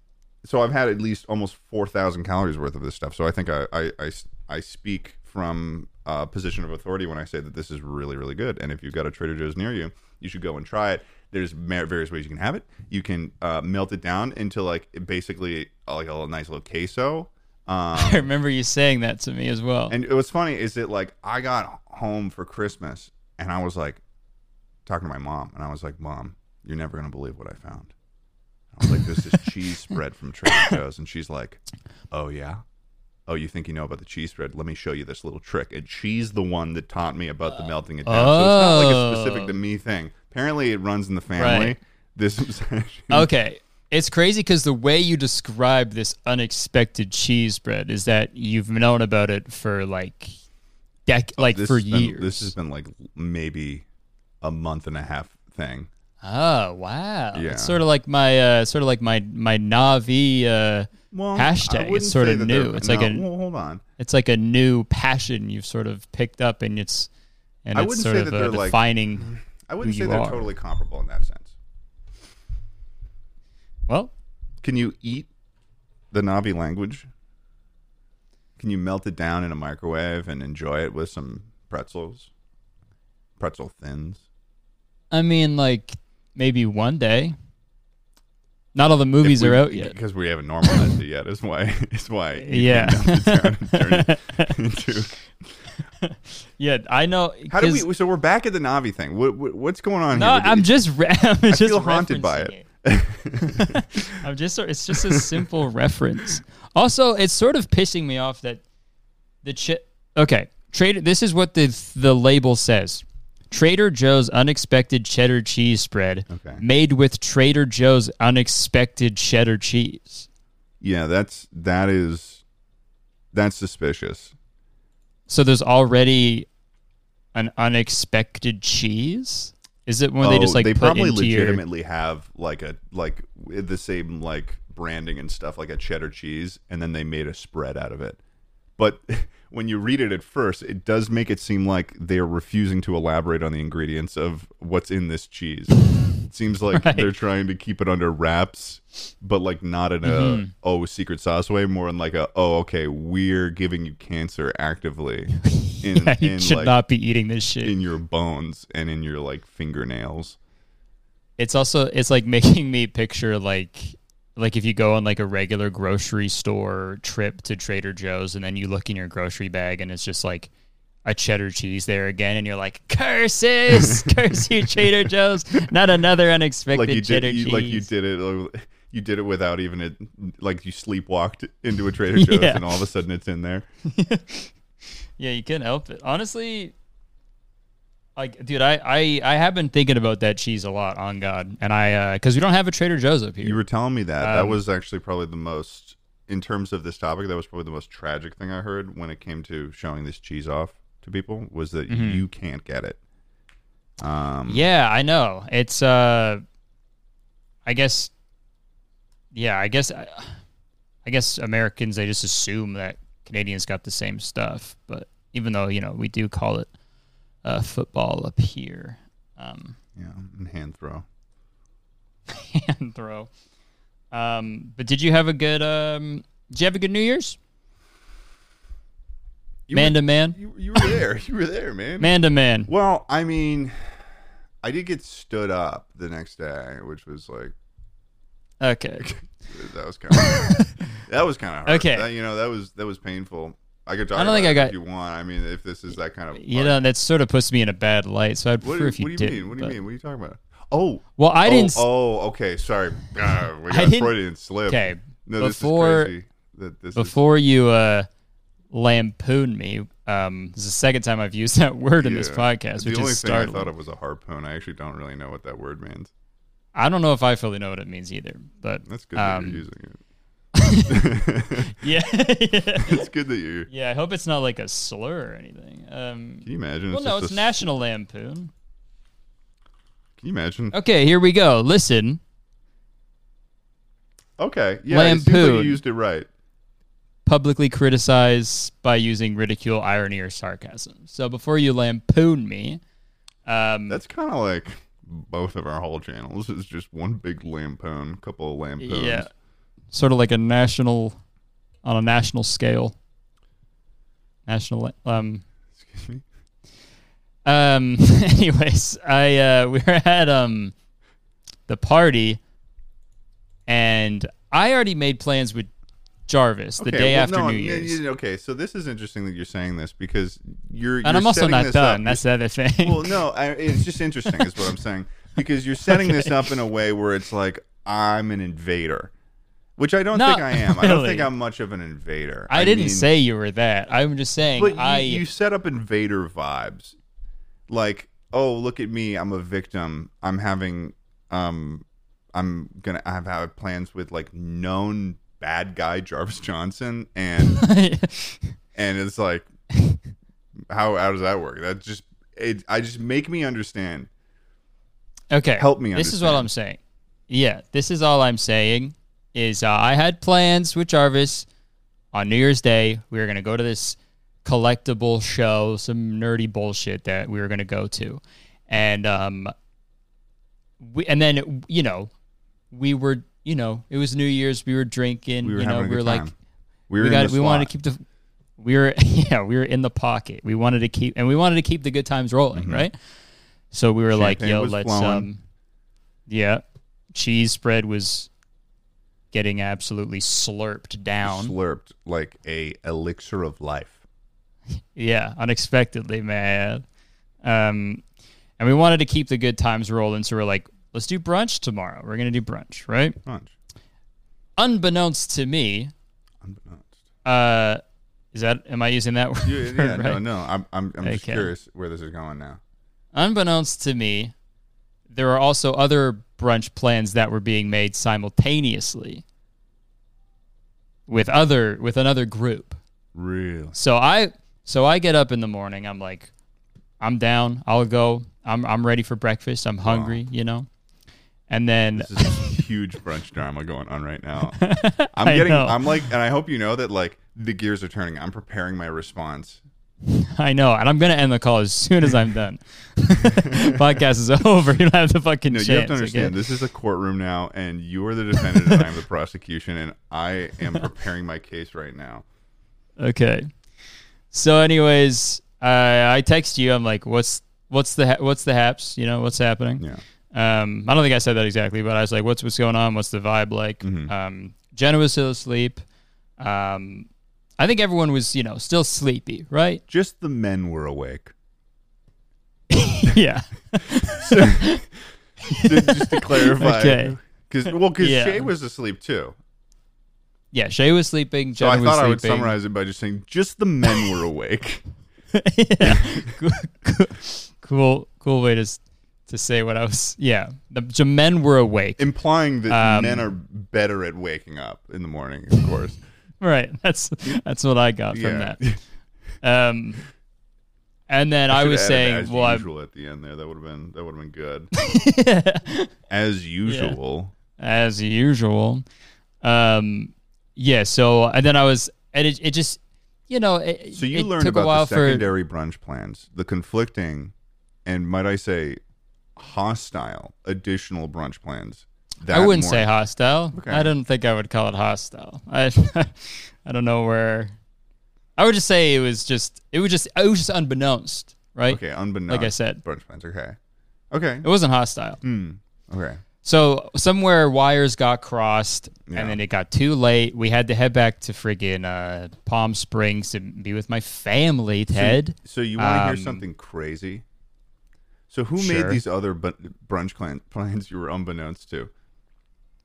S2: so I've had at least almost four thousand calories worth of this stuff. So I think I I, I, I speak from a position of authority when I say that this is really really good. And if you've got a Trader Joe's near you, you should go and try it. There's ma- various ways you can have it. You can uh, melt it down into like basically uh, like a little nice little
S1: [LAUGHS]
S2: queso. Um,
S1: I remember you saying that to me as well.
S2: and it was funny is that like I got home for Christmas and I was like talking to my mom and I was like, Mom, you're never gonna believe what I found. I was like, There's
S1: [LAUGHS]
S2: this cheese spread from Trader Joe's and she's like, Oh yeah? Oh, you think you know about the cheese spread? Let me show you this little trick. And she's the one that taught me about the melting it down. So it's not like a specific
S1: Oh.
S2: to me thing. Apparently it runs in the family.
S1: Right.
S2: This [LAUGHS] is
S1: Okay. It's crazy because the way you describe this unexpected cheese bread is that you've known about it for like, dec- like
S2: this
S1: for
S2: has been-
S1: years.
S2: this has been like maybe a month and a half thing.
S1: Oh wow!
S2: Yeah.
S1: It's sort of like my uh, sort of like my my Navi uh,
S2: Well, I
S1: hashtag.
S2: wouldn't
S1: It's sort
S2: say
S1: of
S2: that
S1: new.
S2: they're-
S1: It's
S2: no,
S1: like a
S2: well, hold on.
S1: it's like a new passion you've sort of picked up, and it's and
S2: I
S1: it's
S2: wouldn't
S1: sort
S2: say
S1: of
S2: that
S1: uh,
S2: they're like- Mm-hmm.
S1: defining.
S2: I wouldn't
S1: who
S2: say
S1: you
S2: they're
S1: are.
S2: totally comparable in that sense.
S1: Well,
S2: Can you eat the Navi language? Can you melt it down in a microwave and enjoy it with some pretzels? Pretzel thins.
S1: I mean, like maybe one day. Not all the movies are out yet.
S2: because we haven't normalized it yet. Is why. [LAUGHS] Is why. you came
S1: Yeah. [LAUGHS]
S2: down to town and turned it into-
S1: Yeah, I know.
S2: how do
S1: 'cause-
S2: we? So we're back at the Navi thing. What, what, what's going on
S1: No,
S2: here? with
S1: I'm
S2: the-
S1: just. Re- [LAUGHS] I'm
S2: I
S1: just
S2: feel haunted by
S1: referencing
S2: it.
S1: [LAUGHS]
S2: [LAUGHS]
S1: I'm just sort- it's just a simple reference. Also, it's sort of pissing me off that the chi- okay Trader. This is what the the label says: Trader Joe's unexpected cheddar cheese spread,
S2: Okay.
S1: made with Trader Joe's unexpected cheddar cheese.
S2: Yeah, that's that is that's suspicious.
S1: So there's already an unexpected cheese. Is it when they just like
S2: Oh, they
S1: put
S2: probably
S1: into your
S2: legitimately have like a like with the same like branding and stuff like a cheddar cheese, and then they made a spread out of it. But [LAUGHS] when you read it at first, it does make it seem like they are refusing to elaborate on the ingredients of what's in this cheese. It
S1: [LAUGHS]
S2: seems like they're trying to keep it under wraps, but like not in a
S1: Mm-hmm.
S2: oh secret sauce way, more in like a oh okay we're giving you cancer
S1: [LAUGHS]
S2: actively. In,
S1: Yeah, you
S2: in,
S1: should
S2: like,
S1: not be eating this shit.
S2: in your bones and in your like fingernails.
S1: It's also it's like [LAUGHS] making me picture like like if you go on like a regular grocery store trip to Trader Joe's and then you look in your grocery bag and it's just like a cheddar cheese there again and you're like curses [LAUGHS] curse you Trader Joe's not another unexpected
S2: Like you
S1: cheddar
S2: did, you,
S1: cheese
S2: like you did it, like, you did it without even it. Like you sleepwalked into
S1: [LAUGHS]
S2: a Trader Joe's,
S1: Yeah.
S2: and all of a sudden it's in there.
S1: yeah you couldn't help it honestly like dude I I I have been thinking about that cheese a lot on God and I because we don't have a Trader Joe's up here
S2: You were telling me that that
S1: Um,
S2: was actually probably the most, in terms of this topic, that was probably the most tragic thing I heard when it came to showing this cheese off to people was that
S1: Mm-hmm.
S2: you can't get it. Um,
S1: Yeah, I know. It's uh I guess yeah, I guess I, guess Americans they just assume that Canadians got the same stuff, but even though, you know, we do call it uh football up here. Um
S2: yeah, and hand throw.
S1: hand throw. Um but did you have a good um did you have a good New Year's?
S2: You
S1: man to
S2: were,
S1: man?
S2: you, you were there. You were there, man.
S1: Man to man.
S2: Well, I mean, I did get stood up the next day, which was like [LAUGHS]
S1: Okay.
S2: that was kind
S1: [LAUGHS]
S2: of that was kind of
S1: Okay.
S2: That, you know, that was that was painful. I could talk.
S1: I don't
S2: about
S1: think
S2: it
S1: I got-
S2: If you want, I mean, if this is that kind of
S1: You
S2: podcast.
S1: know, that sort of puts me in a bad light, so I'd
S2: what,
S1: prefer
S2: do,
S1: if you
S2: what do you
S1: did.
S2: mean? What do you mean? What are you talking about? Oh,
S1: Well, I
S2: oh,
S1: didn't s-
S2: Oh, okay. Sorry, Ah,
S1: [LAUGHS]
S2: we
S1: I
S2: got
S1: didn't-
S2: Freudian slip.
S1: Okay,
S2: no,
S1: before-
S2: this is crazy. That this is,
S1: before you uh, lampoon me, um, this is the second time I've used [LAUGHS] that word in this
S2: yeah.
S1: podcast,
S2: the
S1: which
S2: only
S1: is
S2: thing I
S1: startling.
S2: thought of was a harpoon. I actually don't really know what that word means.
S1: I don't know if I fully know what it means either, but
S2: That's good that
S1: um,
S2: you're using it.
S1: [LAUGHS]
S2: [LAUGHS]
S1: Yeah, [LAUGHS]
S2: it's good that you're.
S1: yeah. I hope it's not like a slur or anything. Um,
S2: Can you imagine?
S1: well, no,
S2: just
S1: it's
S2: a s-
S1: National Lampoon.
S2: Can you imagine?
S1: Okay, here we go. Listen,
S2: Okay, yeah, it seems like you
S1: Lampoon.
S2: used it right.
S1: publicly criticize by using ridicule, irony, or sarcasm. So before you lampoon me, um,
S2: That's kind of like both of our whole channels is just one big lampoon, couple of lampoons.
S1: yeah, sort of like a national, on a national scale. National, um,
S2: Excuse me.
S1: Um. [LAUGHS] Anyways, I uh, we were at um the party, and I already made plans with Jarvis the day
S2: well,
S1: after
S2: no,
S1: New
S2: yeah,
S1: Year's,
S2: yeah, Okay, so this is interesting that you're saying this because you're
S1: and
S2: you're
S1: I'm also
S2: setting
S1: not
S2: this
S1: done.
S2: up.
S1: That's the other thing.
S2: well, no, I, it's just interesting is what I'm saying because you're setting this up in a way where it's like I'm an invader, which I don't
S1: Not
S2: think I am. I don't
S1: really.
S2: think I'm much of an invader.
S1: I, didn't
S2: mean-
S1: say you were that. I'm just saying
S2: But you,
S1: I. [LAUGHS]
S2: you set up invader vibes, like, oh, look at me, I'm a victim. I'm having, um, I'm gonna I've had plans with like known bad guy Jarvis Johnson,
S1: [LAUGHS]
S2: and and it's like, how how does that work? That just it. I just make me understand
S1: Okay.
S2: Help me
S1: This is what
S2: understand.
S1: I'm saying. Yeah, this is all I'm saying is uh, I had plans with Jarvis on New Year's Day. We were going to go to this collectible show, some nerdy bullshit that we were going to go to. And um we, and then you know, we were, you know, it was New Year's, we were drinking,
S2: We were
S1: you know,
S2: having
S1: we
S2: a good
S1: were like
S2: time. We were
S1: we
S2: in
S1: got
S2: the
S1: we wanted to
S2: slot.
S1: keep the we were [LAUGHS] yeah we were in the pocket we wanted to keep and we wanted to keep the good times rolling right so we were like
S2: Mm-hmm. Champagne
S1: yo
S2: was
S1: let's
S2: flowing.
S1: um yeah cheese spread was getting absolutely slurped down
S2: slurped like a elixir of life.
S1: yeah unexpectedly man um and we wanted to keep the good times rolling so we're like let's do brunch tomorrow we're gonna do brunch right
S2: Punch.
S1: unbeknownst to me [LAUGHS]
S2: Unbeknownst.
S1: uh is that am i using that [LAUGHS] word
S2: Yeah, yeah, no,
S1: right?
S2: no. I'm, I'm, I'm just
S1: Okay.
S2: curious where this is going now.
S1: Unbeknownst to me, there are also other brunch plans that were being made simultaneously with other with another group.
S2: Real.
S1: So I so I get up in the morning, I'm like I'm down, I'll go. I'm I'm ready for breakfast. I'm hungry, you know. And then
S2: This is huge brunch drama going on
S1: [LAUGHS]
S2: right now. I'm
S1: I
S2: getting.
S1: know.
S2: I'm like, and I hope you know that like the gears are turning. I'm preparing my response.
S1: [LAUGHS] I know, and I'm gonna end the call as soon as I'm
S2: [LAUGHS]
S1: done. [LAUGHS] Podcast is over. You don't have the fucking
S2: No,
S1: chance.
S2: you have to
S1: okay?
S2: understand. This is a courtroom now, and you are the defendant, and
S1: [LAUGHS]
S2: I'm the prosecution, and I am preparing my case right now.
S1: Okay. So, anyways, I I text you. I'm like, what's what's the ha- what's the haps? You know, what's happening?
S2: Yeah.
S1: Um, I don't think I said that exactly, but I was like, what's what's going on? What's the vibe like?
S2: Mm-hmm.
S1: Um, Jenna was still asleep. Um, I think everyone was, you know, still sleepy,
S2: [LAUGHS]
S1: right?
S2: Just the men were awake.
S1: yeah.
S2: Just- just to
S1: [LAUGHS]
S2: clarify.
S1: Okay.
S2: Because well, because
S1: Yeah.
S2: Shay was asleep too.
S1: Yeah. Shay was sleeping.
S2: So
S1: Jenna
S2: I
S1: was
S2: thought I
S1: sleeping.
S2: would summarize it by just saying just the men were awake.
S1: [LAUGHS] yeah. [LAUGHS] cool, cool, cool, cool way to s- to say what I was. Yeah. The, the men were awake.
S2: implying that
S1: Um,
S2: men are better at waking up in the morning, of course.
S1: right. [LAUGHS] That's that's what I got from
S2: yeah. [LAUGHS]
S1: that. Um, and then I,
S2: Should've
S1: was
S2: added
S1: saying,
S2: as
S1: well, I'm-
S2: usual at the end there. That would have been that would have been
S1: [LAUGHS]
S2: good. as usual,
S1: as usual, um, yeah. So, and then I was, and it, it just, you know, it,
S2: so you
S1: it
S2: learned
S1: took a while
S2: about the
S1: for
S2: secondary brunch plans, the conflicting, and might I say, hostile additional brunch plans. That
S1: I wouldn't
S2: morning.
S1: say hostile.
S2: Okay.
S1: I don't think I would call it hostile. I, [LAUGHS] I don't know where. I would just say it was just, it was just, it was just unbeknownst, right?
S2: Okay, unbeknownst.
S1: Like I said.
S2: brunch plans. Okay, okay,
S1: It wasn't hostile.
S2: Hmm.
S1: Oh.
S2: okay.
S1: So somewhere wires got crossed,
S2: Yeah.
S1: and then it got too late. We had to head back to friggin' uh, Palm Springs to be with my family, Ted.
S2: So you want to
S1: Um,
S2: hear something crazy? So who
S1: Sure.
S2: made these other bu- brunch clan- plans you were unbeknownst to?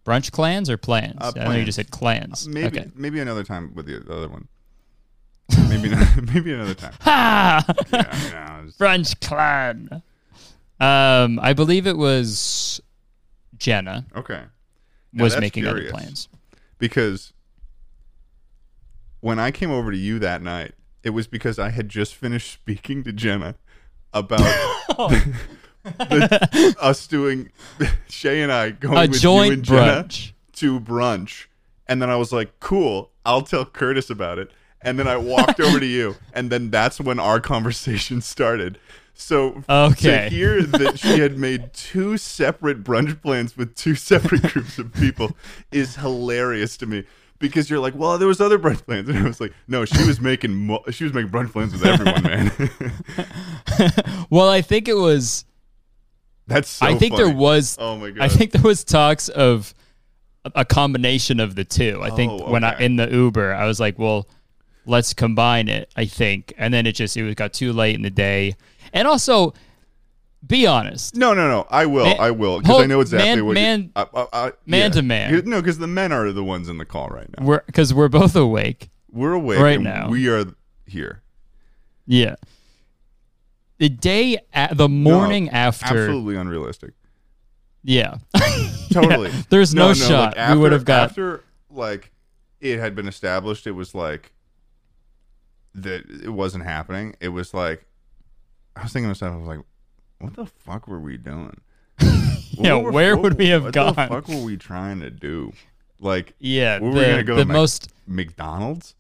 S1: Brunch clans or plans?
S2: Uh,
S1: I know you
S2: plans. Uh,
S1: just said clans.
S2: Maybe
S1: Okay.
S2: maybe another time with the other one. Maybe not, [LAUGHS] maybe
S1: [LAUGHS]
S2: another time.
S1: Ah,
S2: Yeah, no, it's-
S1: brunch clan. Um, I believe it was Jenna
S2: okay. Now
S1: was
S2: that's
S1: making
S2: curious,
S1: other plans.
S2: because when I came over to you that night, it was because I had just finished speaking to Jenna
S1: [LAUGHS]
S2: about [LAUGHS] the- us doing [LAUGHS] Shay and I going
S1: A
S2: with you
S1: joint
S2: and Jenna.
S1: brunch.
S2: to brunch. And then I was like, cool, I'll tell Curtis about it. And then I walked over
S1: [LAUGHS]
S2: to you. And then that's when our conversation [LAUGHS] started. So
S1: Okay.
S2: to hear that she had made two separate brunch plans with
S1: [LAUGHS]
S2: two separate groups of people is hilarious to me. Because you're like, well, there was other brunch plans, and I was like, no, she was making mo- she was making brunch plans
S1: [LAUGHS]
S2: with everyone, man. [LAUGHS]
S1: Well, I think it was.
S2: That's so
S1: I think
S2: funny.
S1: there was.
S2: Oh my god!
S1: I think there was talks of a- a combination of the two. I think
S2: Oh,
S1: when I
S2: okay.
S1: in the Uber, I was like, "Well, let's combine it." I think, and then it just it was- got too late in the day, and also, be honest,
S2: No, no, no. I will.
S1: Man-
S2: I will because
S1: hold-
S2: I know exactly
S1: man-
S2: what
S1: man-
S2: you, I, I, I,
S1: man to man.
S2: You- No, because the men are the ones in the call right now.
S1: we're because we're both awake.
S2: We're awake
S1: Right
S2: and
S1: now.
S2: We are here.
S1: Yeah, the day, a- the
S2: No,
S1: morning after,
S2: Absolutely unrealistic.
S1: yeah,
S2: Totally.
S1: there's no shot we
S2: after-
S1: would've got-
S2: after like it had been established. It was like that it wasn't happening. It was like I was thinking to myself. I was like, what the fuck were we doing?
S1: [LAUGHS] Yeah,
S2: What were-
S1: where
S2: what-
S1: would we have
S2: what
S1: gone?
S2: The fuck were we trying to do? Like,
S1: Yeah,
S2: were we
S1: the-
S2: gonna go
S1: the
S2: to Mac-
S1: most- [LAUGHS]
S2: McDonald's?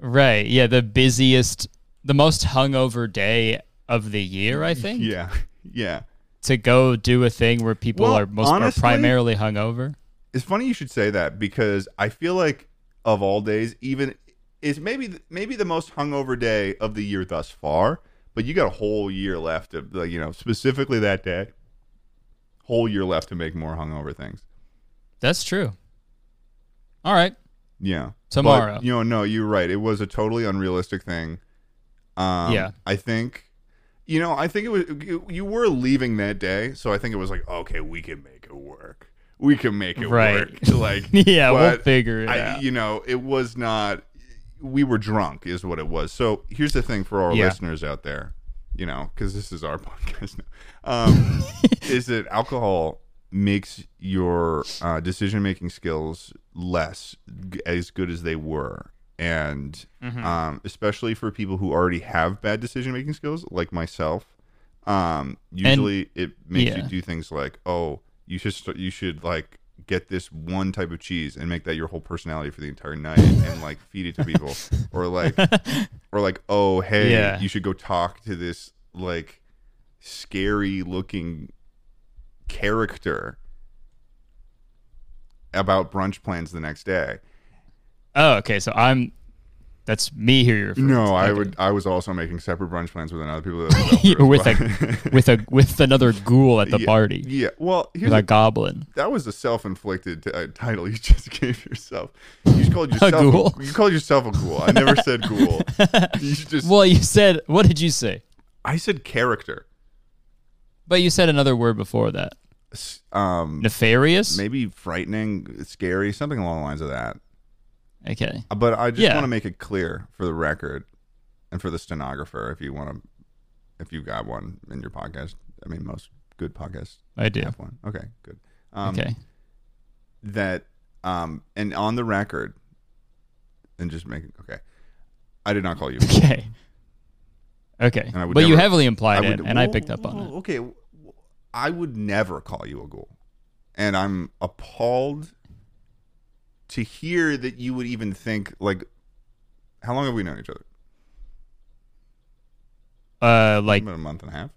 S1: Right. Yeah. The busiest, the most hungover day of the year, I think.
S2: Yeah, [LAUGHS] yeah.
S1: To go do a thing where people
S2: Well,
S1: are most
S2: honestly-
S1: are primarily hungover.
S2: It's funny you should say that because I feel like of all days, even is maybe maybe the most hungover day of the year thus far. But you got a whole year left of like, you know specifically that day, whole year left to make more hungover things.
S1: That's true. All right.
S2: Yeah.
S1: Tomorrow.
S2: But, you know, no, you're right. It was a totally unrealistic thing. Um,
S1: Yeah.
S2: I think, you know, I think it was, you- you were leaving that day. So I think it was like, okay, we can make it work. We can make it
S1: Right.
S2: work.
S1: [LAUGHS]
S2: Like,
S1: Yeah, we'll
S2: but
S1: figure it
S2: I-
S1: out.
S2: You know, it was not, we were drunk, is what it was. So here's the thing for our
S1: Yeah.
S2: listeners out there, you know, because this is our [LAUGHS] podcast now, um, is that alcohol makes your uh, decision making skills less g- as good as they were. And um, especially for people who already have bad decision making skills, like myself, um, usually it makes you
S1: yeah.
S2: do things like, oh, you should st- you should like get this one type of cheese and make that your whole personality for the entire night and like feed it to people, or like, or like, oh, hey,
S1: Yeah.
S2: you should go talk to this like scary looking character about brunch plans the next day.
S1: Oh, okay. So I'm. That's me here. you're referring
S2: No,
S1: to.
S2: I
S1: Okay.
S2: would. I was also making separate brunch plans with another
S1: [LAUGHS]
S2: people that
S1: You're [LAUGHS] with
S2: but-
S1: a
S2: [LAUGHS]
S1: with a with another ghoul at the
S2: Yeah,
S1: party.
S2: Yeah. Well, here's
S1: With
S2: the
S1: a goblin.
S2: that was a self-inflicted uh, title you [LAUGHS] just gave yourself. You just
S1: [LAUGHS]
S2: called yourself
S1: ghoul?
S2: you called yourself a ghoul. I never
S1: [LAUGHS]
S2: said ghoul. You just
S1: Well, you said what did you say?
S2: I said character.
S1: But you said another word before that.
S2: S- Um,
S1: Nefarious.
S2: maybe frightening, scary, something along the lines of that.
S1: Okay.
S2: Uh, But I just
S1: Yeah.
S2: want to make it clear for the record and for the stenographer, if you want to, if you got one in your podcast. I mean, most good podcasts
S1: I do.
S2: have one. Okay, good. Um,
S1: okay.
S2: that um and on the record and just make it okay i did not call you
S1: Okay. Okay.
S2: I would
S1: But you
S2: never-
S1: heavily implied
S2: would-
S1: it, and I
S2: well,
S1: picked up on
S2: well,
S1: it.
S2: okay w- i would never call you a ghoul and i'm appalled to hear that you would even think like how long have we known each other
S1: Uh, like [LAUGHS]
S2: about a month and a half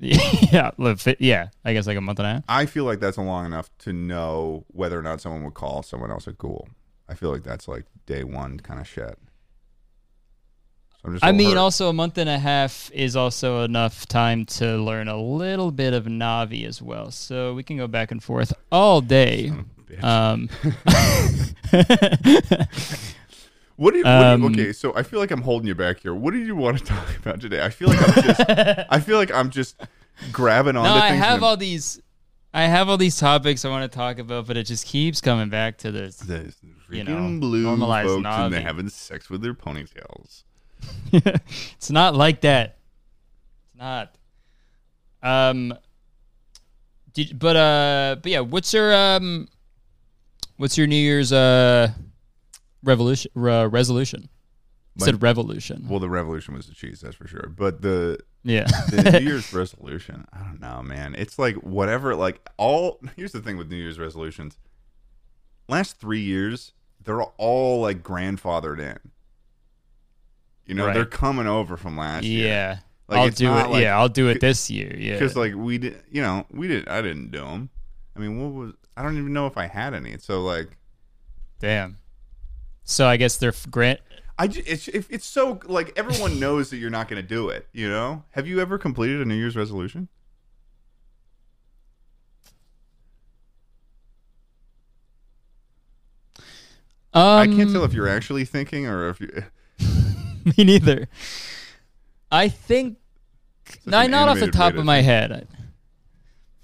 S1: yeah, like, fi- yeah. I guess like a month and a half.
S2: i feel like that's long enough to know whether or not someone would call someone else a ghoul i feel like that's like day one kind of shit so I'm just
S1: I
S2: a little
S1: mean,
S2: hurt.
S1: also a month and a half is also enough time to learn a little bit of Navi as well, so we can go back and forth all day. Um, [LAUGHS]
S2: What do you, what do
S1: Um,
S2: you- okay? So I feel like I'm holding you back here. What do you want to [LAUGHS] talk about today? I feel like I'm just,
S1: [LAUGHS]
S2: I feel like I'm just grabbing
S1: no,
S2: onto
S1: I
S2: things.
S1: have
S2: and-
S1: all these, I have all these topics I want to talk about, but it just keeps coming back to this.
S2: the freaking
S1: you know,
S2: blue
S1: normalized
S2: folks and they're
S1: Navi.
S2: having sex with their ponytails.
S1: [LAUGHS] It's not like that. It's not. Um. Did, but uh. But yeah. What's your um. What's your New Year's uh, revolution re- resolution? I said revolution.
S2: Well, the revolution was the cheese, that's for sure. But the [LAUGHS]
S1: yeah. [LAUGHS]
S2: the New Year's resolution, I don't know, man. It's like whatever. Like all. Here's the thing with New Year's resolutions. Last three years, they're all like grandfathered in. You know,
S1: Right.
S2: they're coming over from last year.
S1: [LAUGHS] yeah.
S2: Like,
S1: I'll
S2: it's
S1: do
S2: not
S1: it.
S2: like-
S1: yeah, I'll do it this year. Yeah.
S2: because like we did you know we did i didn't do them i mean what was i don't even know if i had any so like
S1: Damn. So I guess they're f- grant.
S2: i ju- it's if it's so like everyone knows that you're not going to do it you know have you ever completed a new year's resolution
S1: Um,
S2: i can't tell if you're actually thinking or if you [LAUGHS]
S1: [LAUGHS] Me neither. I think. No,
S2: an
S1: not off the
S2: animated
S1: top
S2: way to
S1: of my head.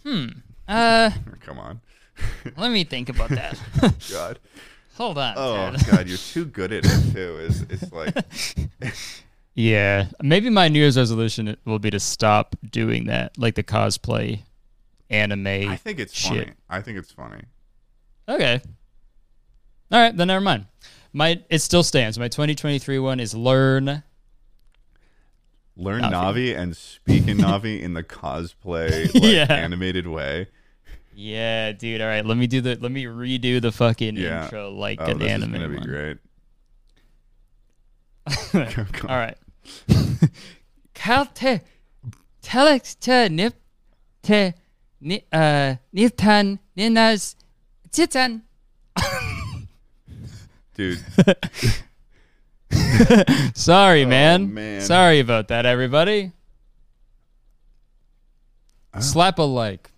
S1: Hmm. Uh.
S2: come on
S1: Let me think about
S2: [LAUGHS]
S1: that. [LAUGHS]
S2: god
S1: Hold on. [LAUGHS]
S2: oh
S1: Ted.
S2: god you're too good at it too it's,
S1: [LAUGHS]
S2: it's like
S1: Yeah, maybe my New Year's resolution will be to stop doing that, like the cosplay, anime.
S2: i think it's funny
S1: shit.
S2: i think it's funny
S1: Okay. All right, then never mind. My it still stands. My 2023 one is learn.
S2: learn
S1: Navi. [LAUGHS]
S2: navi, and speak in navi in the cosplay like,
S1: Yeah.
S2: animated way
S1: Yeah, dude. All right, let me do the let me redo the fucking
S2: Yeah.
S1: intro like
S2: oh,
S1: an
S2: this
S1: anime.
S2: is gonna be
S1: one.
S2: great. Go-
S1: [LAUGHS] All right. [LAUGHS] Kal te telex te nip te ni uh niptan ninas titan. [LAUGHS]
S2: dude.
S1: Sorry, man.
S2: Oh, man.
S1: Sorry about that, everybody. Slap a like.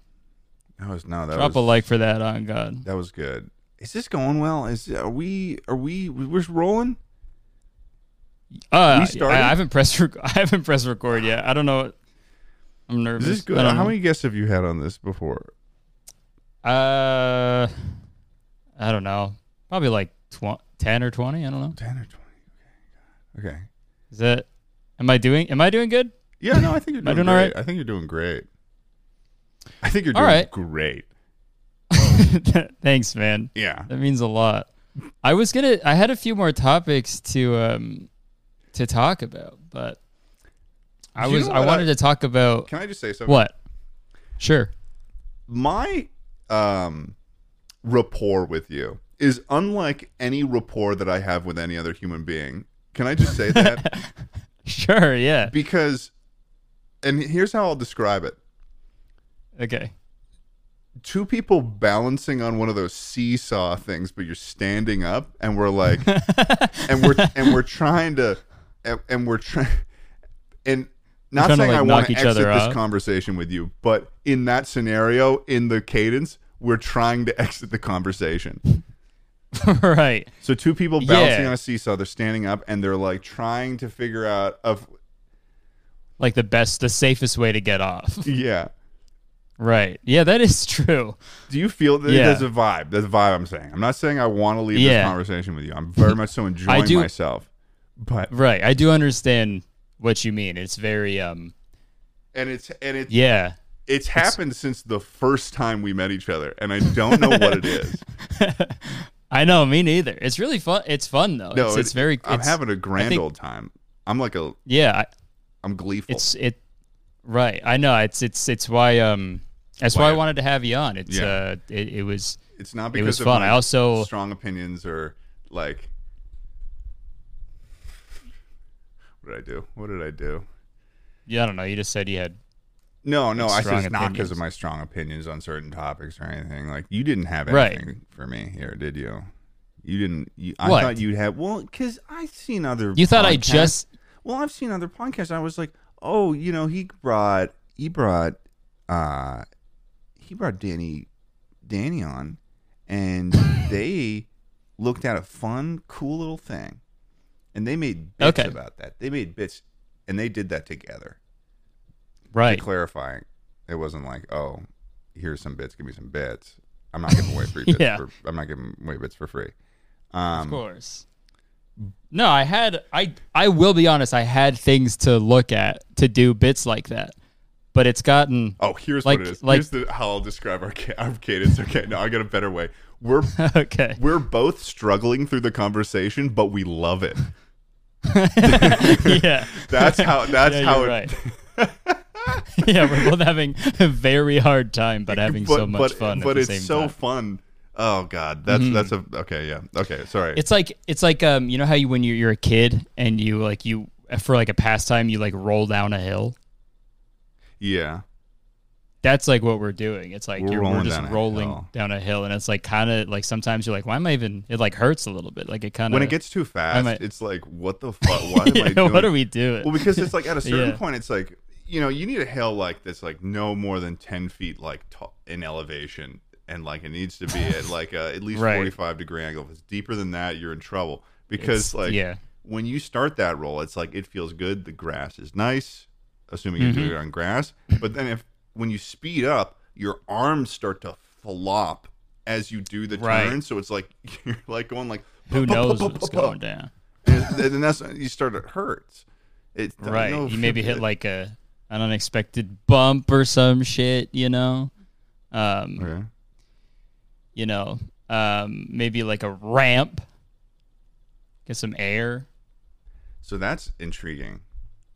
S2: That was no, Ah. that
S1: Drop a
S2: was
S1: like for that on God.
S2: that was good. Is this going well? Is are we are we we're rolling?
S1: Uh,
S2: We started?
S1: I, I haven't pressed. [LAUGHS] Rec- I haven't pressed record yet. I don't know. I'm nervous.
S2: Is this good?
S1: I don't
S2: How
S1: know.
S2: many guests have you had on this before?
S1: Uh, I don't know. Probably like tw- ten or twenty. I don't know.
S2: Ten or twenty? Okay, okay.
S1: Is that? Am I doing? Am I doing good?
S2: Yeah, no, I think you're
S1: I
S2: doing,
S1: doing all
S2: great.
S1: right?
S2: I think you're doing great. I think you're
S1: All
S2: doing
S1: right.
S2: great.
S1: [LAUGHS] Thanks, man.
S2: Yeah.
S1: That means a lot. I was gonna. I had a few more topics to um to talk about, but I
S2: You
S1: was.
S2: know
S1: I
S2: what
S1: wanted to
S2: I-
S1: talk about
S2: Can I just say something?
S1: what? Sure. [LAUGHS]
S2: my um rapport with you is unlike any rapport that I have with any other human being. Can I just say that?
S1: [LAUGHS] Sure. Yeah.
S2: because and here's how I'll describe it.
S1: Okay. [LAUGHS]
S2: Two people balancing on one of those seesaw things, but you're standing up and we're
S1: [LAUGHS]
S2: like and we're and we're trying to and, and we're trying and not
S1: trying to,
S2: saying
S1: like,
S2: I
S1: knock
S2: want to
S1: each
S2: exit
S1: other
S2: this
S1: out.
S2: conversation with you, but in that scenario, in the cadence, we're trying to exit the conversation.
S1: right.
S2: So two people bouncing
S1: Yeah.
S2: on a seesaw, they're standing up and they're like trying to figure out of
S1: Like the best, the safest way to get off. [LAUGHS]
S2: yeah.
S1: Right. Yeah, that is [LAUGHS] true.
S2: Do you feel that
S1: Yeah.
S2: there's a vibe? That's a vibe I'm saying. I'm not saying I want to leave
S1: Yeah.
S2: this conversation with you. I'm very
S1: [LAUGHS]
S2: much so enjoying
S1: do-
S2: myself. But
S1: Right. I do understand what you mean. It's very um
S2: and it's and it's
S1: yeah.
S2: it's happened since the first time we met each other and I don't know
S1: [LAUGHS]
S2: what it is.
S1: I know, me neither. It's really fun. It's fun though.
S2: No,
S1: it's,
S2: it-
S1: it's very
S2: I'm
S1: it's-
S2: having a grand
S1: think-
S2: old time. I'm like a
S1: Yeah, I-
S2: I'm gleeful.
S1: it's it Right. I know. It's it's it's why um that's why, I
S2: Why- uh,
S1: wanted to have you on. It's
S2: Yeah.
S1: uh it, it was
S2: It's not
S1: It
S2: because
S1: was
S2: of
S1: fun.
S2: my
S1: I also-
S2: strong opinions or like. What did I do? What did I do?
S1: yeah, I don't know, you just said you had
S2: No, no, I said
S1: Strong
S2: it's not because of
S1: opinions.
S2: my strong opinions on certain topics or anything. Like you didn't have
S1: Right.
S2: anything for me here, did you? You didn't. You, I
S1: What?
S2: thought you'd have. Well, because I've seen other.
S1: You thought I
S2: podcasts-
S1: just
S2: Well, I've seen other podcasts. I was like, oh, you know, he brought he brought uh he brought Danny Danny on,
S1: [LAUGHS]
S2: and they looked at a fun, cool little thing, and they made bits
S1: Okay.
S2: about that. They made bits, and they did that together.
S1: Right.
S2: Clarifying, it wasn't like, oh, here's some bits, give me some bits. I'm not giving away free
S1: [LAUGHS]
S2: bits.
S1: Yeah.
S2: for, I'm not giving away bits for free. Um,
S1: Of course. No, I had I I will be honest, I had things to look at to do bits like that. But it's gotten [LAUGHS]
S2: Oh, here's
S1: Like-
S2: what it is.
S1: like-
S2: here's the, how I'll describe our, ca- our cadence. Okay, no, I got a better way.
S1: [LAUGHS]
S2: We're
S1: okay.
S2: we're both struggling through the conversation, but we love it.
S1: yeah.
S2: That's
S1: [LAUGHS]
S2: how. That's
S1: yeah,
S2: how.
S1: you're
S2: it,
S1: right.
S2: [LAUGHS]
S1: [LAUGHS] yeah, we're both having a very hard time,
S2: [LAUGHS]
S1: but having
S2: But,
S1: so much
S2: but,
S1: fun.
S2: But
S1: at
S2: it's
S1: the same
S2: so
S1: time. Mm-hmm.
S2: fun. Oh God, that's that's a okay. Yeah. Okay. Sorry.
S1: It's like it's like um, you know how you when you're you're a kid and you like you for like a pastime you like roll down a hill.
S2: yeah.
S1: That's like what we're doing. It's like
S2: We're
S1: you're
S2: rolling
S1: we're just
S2: down a
S1: rolling
S2: hill.
S1: down a hill, and it's like kind of like sometimes you're like, why am I even? It like hurts a little bit. Like it kind of [LAUGHS]
S2: When it gets too fast,
S1: might-
S2: it's like, what
S1: [LAUGHS]
S2: the fuck? Why am I doing?
S1: what are we doing?
S2: Well, because it's like at a certain
S1: Yeah.
S2: point, it's like you know, you need a hill like that's like no more than ten feet like t- in elevation, and like it needs to be
S1: [LAUGHS]
S2: at like a, at least
S1: Right.
S2: forty-five degree angle. If it's deeper than that, you're in trouble because
S1: It's-
S2: like
S1: yeah.
S2: when you start that roll, it's like it feels good. The grass is nice, assuming you're
S1: Mm-hmm.
S2: doing it on grass. But then if when you speed up, your arms start to flop as you do the
S1: Right.
S2: turn, so it's like [LAUGHS] you're like going like
S1: [LAUGHS]
S2: [LAUGHS]
S1: Who
S2: "Bup, bup,
S1: knows
S2: bup,
S1: what's
S2: bup, bup."
S1: going down?
S2: and then that's you start it hurts. It, I
S1: Right.
S2: know
S1: you
S2: if
S1: maybe
S2: it- [LAUGHS]
S1: hit like a an unexpected bump or some shit, you know? Um,
S2: Okay.
S1: you know, um, maybe like a ramp. Get some air.
S2: So that's intriguing.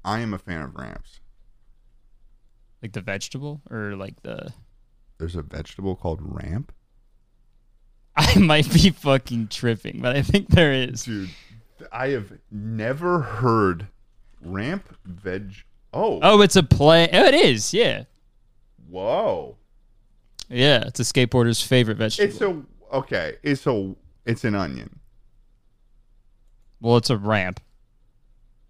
S2: I am a fan of ramps.
S1: Like the [LAUGHS] vegetable or like the
S2: there's a vegetable called ramp?
S1: I might be fucking tripping, but I think there is.
S2: Dude, I have never heard ramp veg. Oh,
S1: Oh, it's a play. Oh, it is. Yeah.
S2: whoa.
S1: Yeah. It's a skateboarder's favorite vegetable.
S2: It's a okay. It's a it's an onion.
S1: well, it's a ramp.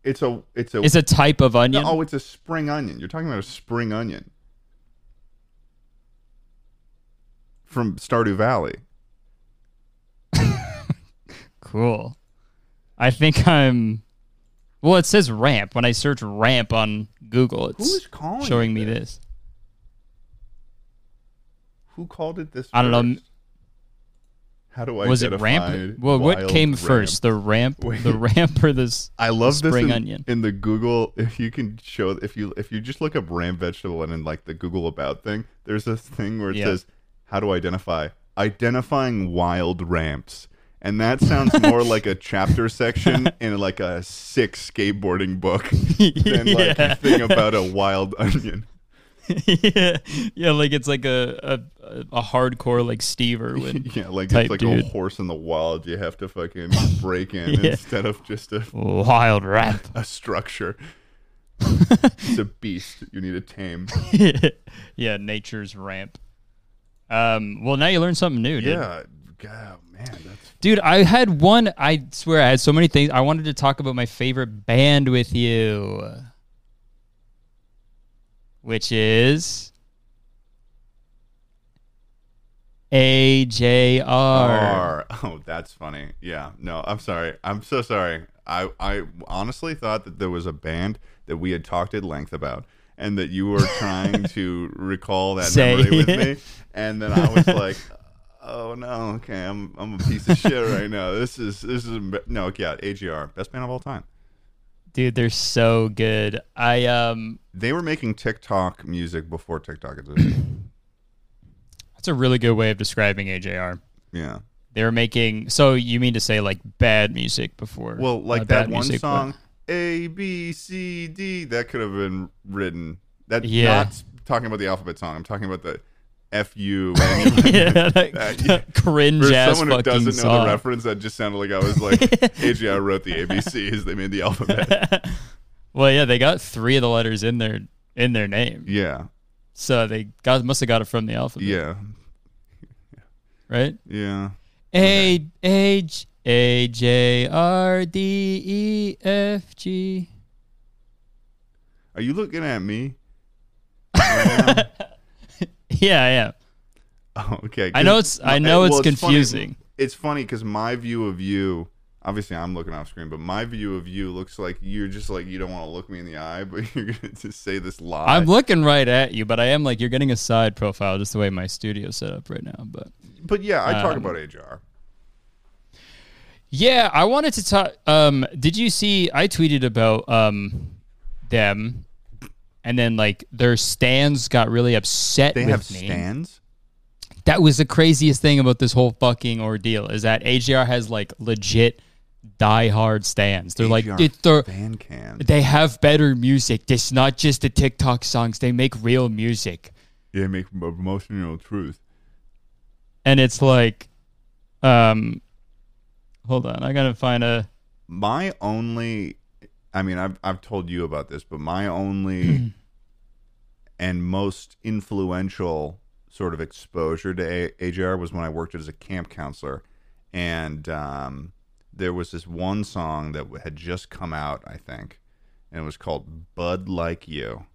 S2: It's a it's a
S1: It's a type of
S2: No,
S1: onion.
S2: oh, it's a spring onion. You're talking about a spring onion from Stardew Valley.
S1: Cool. I think I'm. Well, it says ramp. When I search ramp on Google, it's
S2: Who's calling
S1: showing
S2: it
S1: me
S2: this?
S1: this.
S2: Who called it this?
S1: I don't know.
S2: first? How do I
S1: Was it
S2: identify
S1: ramp? Well, what
S2: wild
S1: came
S2: ramp?
S1: first, the ramp,
S2: Wait.
S1: the ramp, or
S2: [LAUGHS]
S1: this?
S2: I love
S1: spring
S2: this in,
S1: onion.
S2: in the Google. If you can show, if you if you just look up ramp vegetable and in like the Google about thing, there's this thing where it
S1: Yeah.
S2: says how to identify identifying wild ramps, and that sounds
S1: [LAUGHS]
S2: more like a chapter section in like a sick
S1: [LAUGHS]
S2: skateboarding book than like
S1: Yeah.
S2: a thing about a wild [LAUGHS] onion.
S1: [LAUGHS] yeah, yeah, like it's like a a, a- a hardcore like Stever
S2: [LAUGHS]
S1: would.
S2: Yeah, like
S1: Type
S2: it's like
S1: dude.
S2: a horse in the wild. You have
S1: [LAUGHS]
S2: to fucking break in
S1: Yeah.
S2: instead of just a
S1: Wild ramp.
S2: a structure. it's a beast you need to tame.
S1: [LAUGHS] yeah, nature's ramp. Um, well, now you learn something new, [LAUGHS] dude.
S2: Yeah, God, man, that's
S1: Dude, I had one. I swear, I had so many things. I wanted to talk about my favorite band with you, which is AJR.
S2: R. [LAUGHS] Oh, that's funny. Yeah, no, I'm sorry. I'm so sorry. I I honestly thought that there was a band that we had talked at length about. And that you were trying to recall that
S1: Say
S2: memory with
S1: it.
S2: me, and then I was like, "Oh no, okay, I'm I'm a piece of shit right now. This is this is emb- no, yeah, AGR, best band of all time.
S1: Dude, they're so good. I um,
S2: They were making TikTok music before TikTok existed.
S1: that's a really good way of describing AJR.
S2: yeah,
S1: They were making. So you mean to say like bad music before?
S2: Well, like
S1: uh,
S2: that
S1: bad
S2: one
S1: music, but-
S2: song, A B C D, that could have been written. That's
S1: Yeah.
S2: not s- talking about the alphabet song. I'm talking about the F U.
S1: [LAUGHS]
S2: and-
S1: [LAUGHS] yeah, that,
S2: That-
S1: that cringe
S2: [LAUGHS] For
S1: ass
S2: someone who
S1: fucking
S2: doesn't know
S1: song.
S2: the reference, that just sounded like I was
S1: [LAUGHS]
S2: like, AGI wrote the ABCs. They made the alphabet.
S1: Well, yeah, they got three of the letters in their in their name,
S2: Yeah,
S1: so they got must have got it from the alphabet,
S2: yeah,
S1: right?
S2: yeah.
S1: A H A J R D E F G.
S2: Are you looking at me?
S1: Yeah, yeah.
S2: Oh, [LAUGHS] okay.
S1: I know
S2: 'cause
S1: it's- I
S2: my-
S1: know it's
S2: funny-
S1: confusing.
S2: It's funny because my view of you, obviously, I'm looking off screen, but my view of you looks like you're just like you don't want to look me in the eye, [LAUGHS] but you're gonna just say this lie.
S1: I'm looking right at you, but I am like you're getting a side profile just the way my studio's set up right now. But
S2: but yeah, I
S1: Um,
S2: talk about HR.
S1: yeah, I wanted to talk. Um, did you see? I tweeted about um them, and then like their stands got really upset.
S2: They
S1: with
S2: have
S1: me.
S2: stands.
S1: that was the craziest thing about this whole fucking ordeal is that AGR has like legit diehard stands. They're like
S2: AGR
S1: "It- they're,
S2: fan cam.
S1: they have better music. It's not just the TikTok songs. They make real music,
S2: They make emotional truth.
S1: and it's like, um, hold on, I gotta find a.
S2: my only i mean i've i've told you about this but my
S1: [CLEARS THROAT]
S2: only and most influential sort of exposure to A- AJR was when I worked as a camp counselor and um there was this one song that had just come out I think and it was called Bud Like You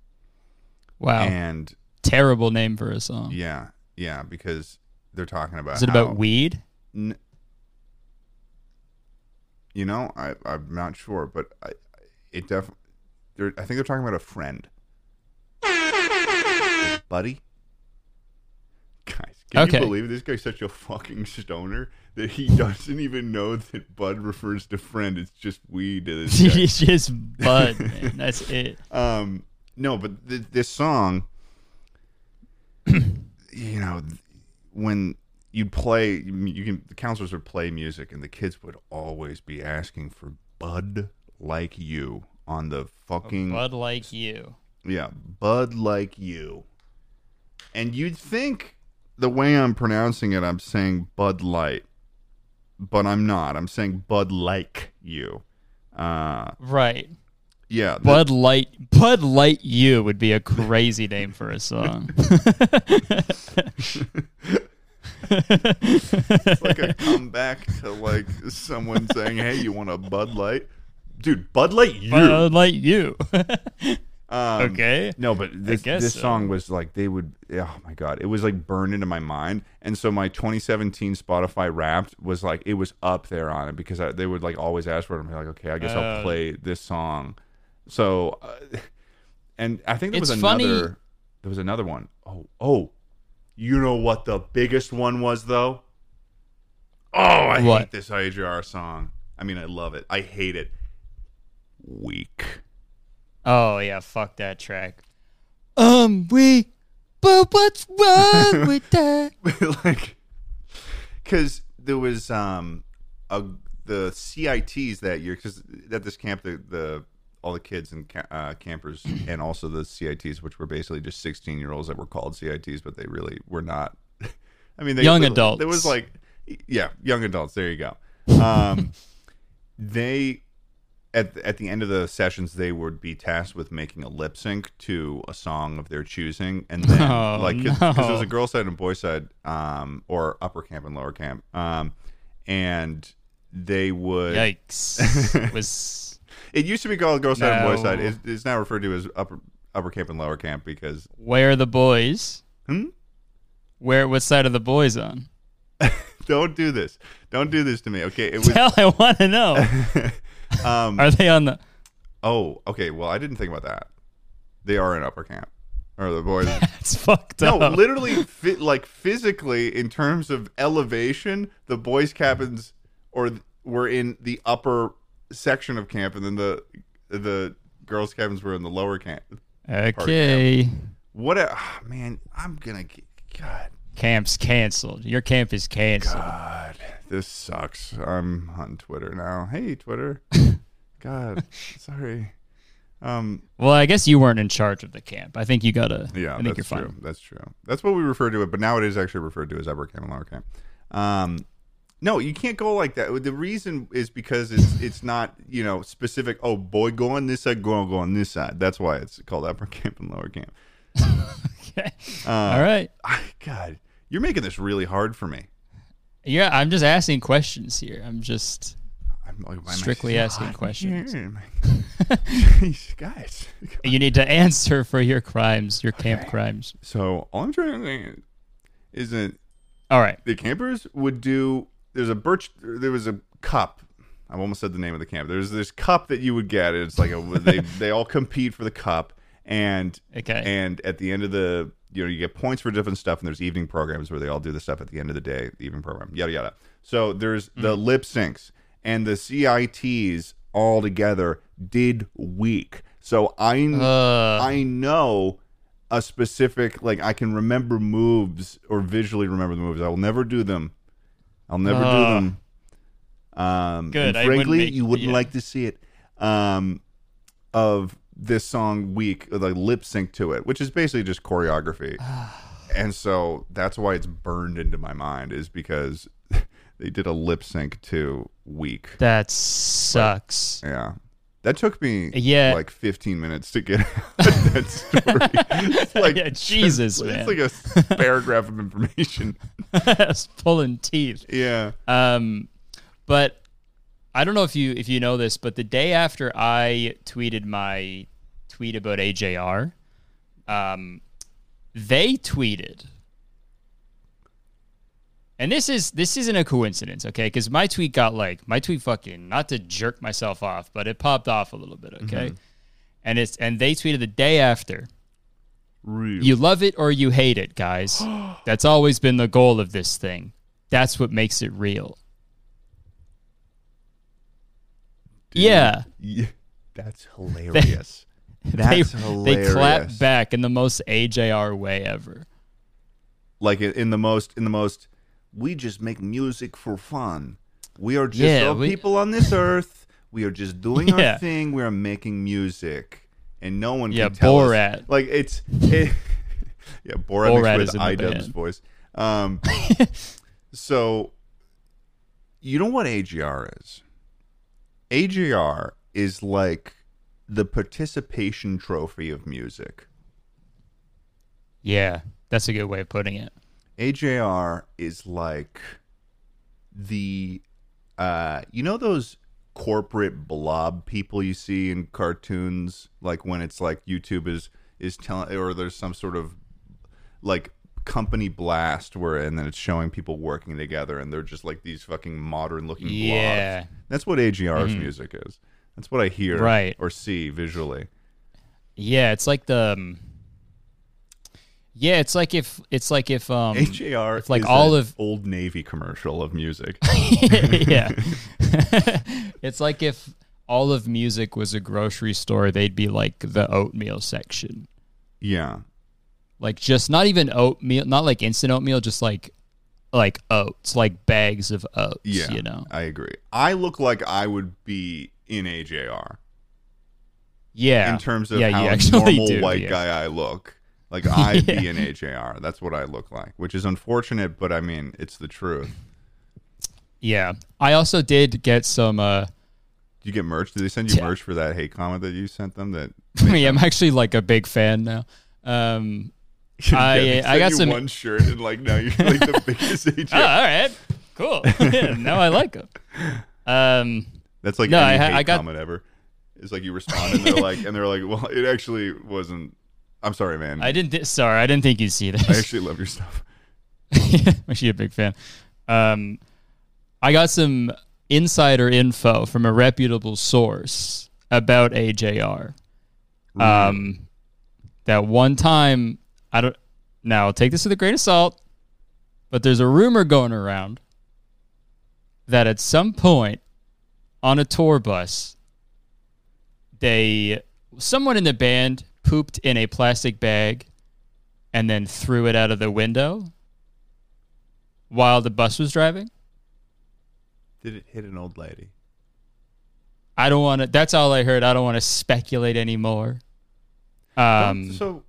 S1: Wow,
S2: and
S1: terrible name for a song.
S2: yeah yeah because they're talking about
S1: Is it
S2: how-
S1: about weed?
S2: N- you know, I I'm not sure, but I, it definitely. I think they're talking about a friend, A buddy. Guys, can
S1: Okay.
S2: you believe this guy's such a fucking stoner that he [LAUGHS] doesn't even know that bud refers to friend? It's just weed to
S1: [LAUGHS]
S2: this guy.
S1: it's just [LAUGHS] bud, man. That's it.
S2: Um, no, but th- this song, [CLEARS THROAT] you know, th- when you'd play, you can the counselors would play music, and the kids would always be asking for "Bud Like You" on the fucking
S1: Bud like you.
S2: yeah, Bud Like You, and you'd think the way I'm pronouncing it, I'm saying Bud Light, but I'm not. I'm saying Bud like you. Uh,
S1: Right.
S2: yeah, the-
S1: Bud Light Bud Light You would be a crazy name for a [LAUGHS] song.
S2: it's like
S1: [LAUGHS]
S2: a comeback to like someone saying, "Hey, you want a Bud Light?" Dude, Bud Light you.
S1: Bud Light You. [LAUGHS]
S2: Um,
S1: okay.
S2: No, but this,
S1: guess
S2: this
S1: so.
S2: song was like they would. Oh my god, it was like burned into my mind. And so my 2017 Spotify Wrapped was like it was up there on it because I, they would like always ask for it. I'm like, okay, I guess
S1: Uh.
S2: I'll play this song. So, uh, [LAUGHS] and I think there was
S1: It's
S2: another.
S1: funny-
S2: There was another one. Oh, oh, you know what the biggest one was though? Oh, I hate
S1: What?
S2: this IJR song. I mean, I love it. I hate it. Weak.
S1: Oh yeah, fuck that track. Um we but what's [LAUGHS] wrong with that?
S2: [LAUGHS] like because there was um a, the CITs that year because at this camp the, the all the kids and ca- uh, campers
S1: [CLEARS THROAT]
S2: and also the CITs which were basically just 16 year olds that were called CITs but they really were not [LAUGHS] I mean they,
S1: Young
S2: there-
S1: adults.
S2: there was like yeah young adults there you
S1: [LAUGHS]
S2: go um they at at the end of the sessions they would be tasked with making a lip sync to a song of their choosing and
S1: [LAUGHS]
S2: then
S1: Oh,
S2: like because
S1: no.
S2: it was a girl side and boy side um or upper camp and lower camp um and they would
S1: [LAUGHS] Yikes. Was
S2: it used to be called girl side and boy
S1: No.
S2: side it's, it's now referred to as upper upper camp and lower camp because
S1: Where are the boys?
S2: Hmm?
S1: Where what side are the boys on?
S2: don't do this don't do this to me okay it was
S1: Hell I wanna [LAUGHS] know.
S2: um
S1: Are they on the
S2: oh okay well i didn't think about that they are in upper camp or the boys
S1: That's fucked
S2: No,
S1: up.
S2: literally, fi- like physically, in terms of elevation, the boys' cabins or th- were in the upper section of camp, and then the the girls' cabins were in the lower camp.
S1: Okay.
S2: What a ah, man! I'm gonna get, God.
S1: Camp's canceled. Your camp is canceled.
S2: God, this sucks. I'm on Twitter now. Hey, Twitter. God, sorry. Um,
S1: Well, I guess you weren't in charge of the camp. I think you gotta.
S2: yeah,
S1: I think
S2: that's
S1: you're fine.
S2: true. That's true. That's what we refer to it, but now it is actually referred to as upper camp and lower camp. Um, no, you can't go like that. The reason is because it's it's not you know specific. Oh, boy, go on this side, girl, go on this side. That's why it's called upper [LAUGHS] camp and lower camp.
S1: [LAUGHS] Okay.
S2: Uh,
S1: All right.
S2: I, God, you're making this really hard for me.
S1: Yeah, I'm just asking questions here. I'm just
S2: I'm like, why am I
S1: strictly
S2: so
S1: asking questions.
S2: here? Am
S1: [LAUGHS]
S2: I- [LAUGHS] Jeez, guys.
S1: You need to answer for your crimes, your camp crimes.
S2: So all I'm trying to say is that
S1: All right.
S2: the campers would do there's a birch there was a cup i've almost said the name of the camp there's this cup that you would get and it's
S1: [LAUGHS]
S2: like a, they, they all compete for the cup and
S1: Okay.
S2: and at the end of the you know you get points for different stuff and there's evening programs where they all do the stuff at the end of the day the evening program yada yada so there's
S1: Mm.
S2: the lip syncs and the cits all together did week so i i know a specific like I can remember moves or visually remember the moves. I will never do them. I'll never do them. Um,
S1: Uh-huh. Good, I wouldn't
S2: And frankly,
S1: make-
S2: you wouldn't
S1: yeah.
S2: like to see it. Um, of this song week, the lip sync to it, which is basically
S1: [SIGHS]
S2: just choreography, and so that's why it's burned into my mind is because [LAUGHS] they did a lip sync to week.
S1: That sucks. [LAUGHS]
S2: Yeah. That took me
S1: Yeah.
S2: like 15 minutes to get [LAUGHS] out that story.
S1: [LAUGHS]
S2: It's like,
S1: Yeah, Jesus,
S2: it's,
S1: man.
S2: like a s-
S1: [LAUGHS]
S2: paragraph of information.
S1: That's pulling teeth.
S2: Yeah.
S1: Um, but I don't know if you if you know this, but the day after I tweeted my tweet about AJR, um, they tweeted, and this is this isn't a coincidence, okay? Because my tweet got like my tweet fucking not to jerk myself off, but it popped off a little bit, okay? And it's and they tweeted the day after.
S2: Real.
S1: You love it or you hate it, [GASPS] guys. That's always been the goal of this thing. That's what makes it real. Yeah.
S2: Yeah. That's hilarious.
S1: [LAUGHS] They,
S2: That's
S1: they
S2: hilarious.
S1: clap back in the most AJR way ever.
S2: Like in- in the most, in the most, we just make music for fun. We are just
S1: Yeah,
S2: all
S1: we-
S2: people on this earth. We are just doing
S1: [LAUGHS] Yeah.
S2: our thing. We are making music, and no one
S1: Yeah,
S2: can tell us-
S1: Borat.
S2: Like it's, it, [LAUGHS] yeah, Borat, mixed
S1: Borat
S2: with
S1: is in the
S2: IDubbbz
S1: band.
S2: voice.
S1: [LAUGHS]
S2: Um, so you know what AGR is? AGR is like the participation trophy of music.
S1: Yeah, that's a good way of putting it.
S2: AJR is like the uh you know those corporate blob people you see in cartoons like when it's like YouTube is is telling or there's some sort of like company blast where and then it's showing people working together and they're just like these fucking modern looking
S1: Yeah. Mm-hmm.
S2: blobs. That's what AJR's music is. That's what I hear
S1: Right.
S2: or see visually.
S1: Yeah, it's like the. um, yeah, it's like if it's like if um
S2: AJR
S1: it's like
S2: is
S1: all
S2: an
S1: of
S2: old navy commercial
S1: [LAUGHS]
S2: of music.
S1: yeah. [LAUGHS] it's like if all of music was a grocery store, they'd be like the oatmeal section.
S2: yeah.
S1: Like just not even oatmeal, not like instant oatmeal, just like like oats, like bags of oats,
S2: Yeah,
S1: you know.
S2: I agree. I look like I would be in AJR
S1: Yeah.
S2: in terms of
S1: yeah, you
S2: how
S1: actually [LAUGHS]
S2: normal
S1: do,
S2: white
S1: yeah.
S2: guy I look.
S1: [LAUGHS]
S2: Like I'd be in AJR. That's what I look like, which is unfortunate, but I mean, it's the truth.
S1: Yeah. I also did get some uh [LAUGHS]
S2: Do you get merch? Did they send you
S1: Yeah.
S2: merch for that hate comment that you sent them? That [LAUGHS]
S1: yeah, I'm actually like a big fan now. Um [LAUGHS] I-
S2: They
S1: I
S2: sent
S1: got
S2: you
S1: some-
S2: one shirt, and like now you're like
S1: [LAUGHS]
S2: the biggest AJR.
S1: oh, all right. Cool.
S2: [LAUGHS]
S1: [LAUGHS] now I like them. Um
S2: That's like
S1: No,
S2: any
S1: I ha-
S2: hate
S1: I got-
S2: comment ever. It's like you
S1: [LAUGHS]
S2: respond and they're like, and they're like, well, it actually wasn't. I'm sorry, man.
S1: I didn't thi- sorry, I didn't think you'd see this.
S2: I actually love your stuff.
S1: [LAUGHS] I'm actually a big fan. Um, I got some insider info from a reputable source about AJR. [LAUGHS] Um, that one time, I don't. Now take this with a grain of salt, but there's a rumor going around that at some point on a tour bus, they someone in the band pooped in a plastic bag and then threw it out of the window while the bus was driving.
S2: Did it hit an old lady?
S1: I don't want to. That's all I heard. I don't want to speculate anymore. Um,
S2: so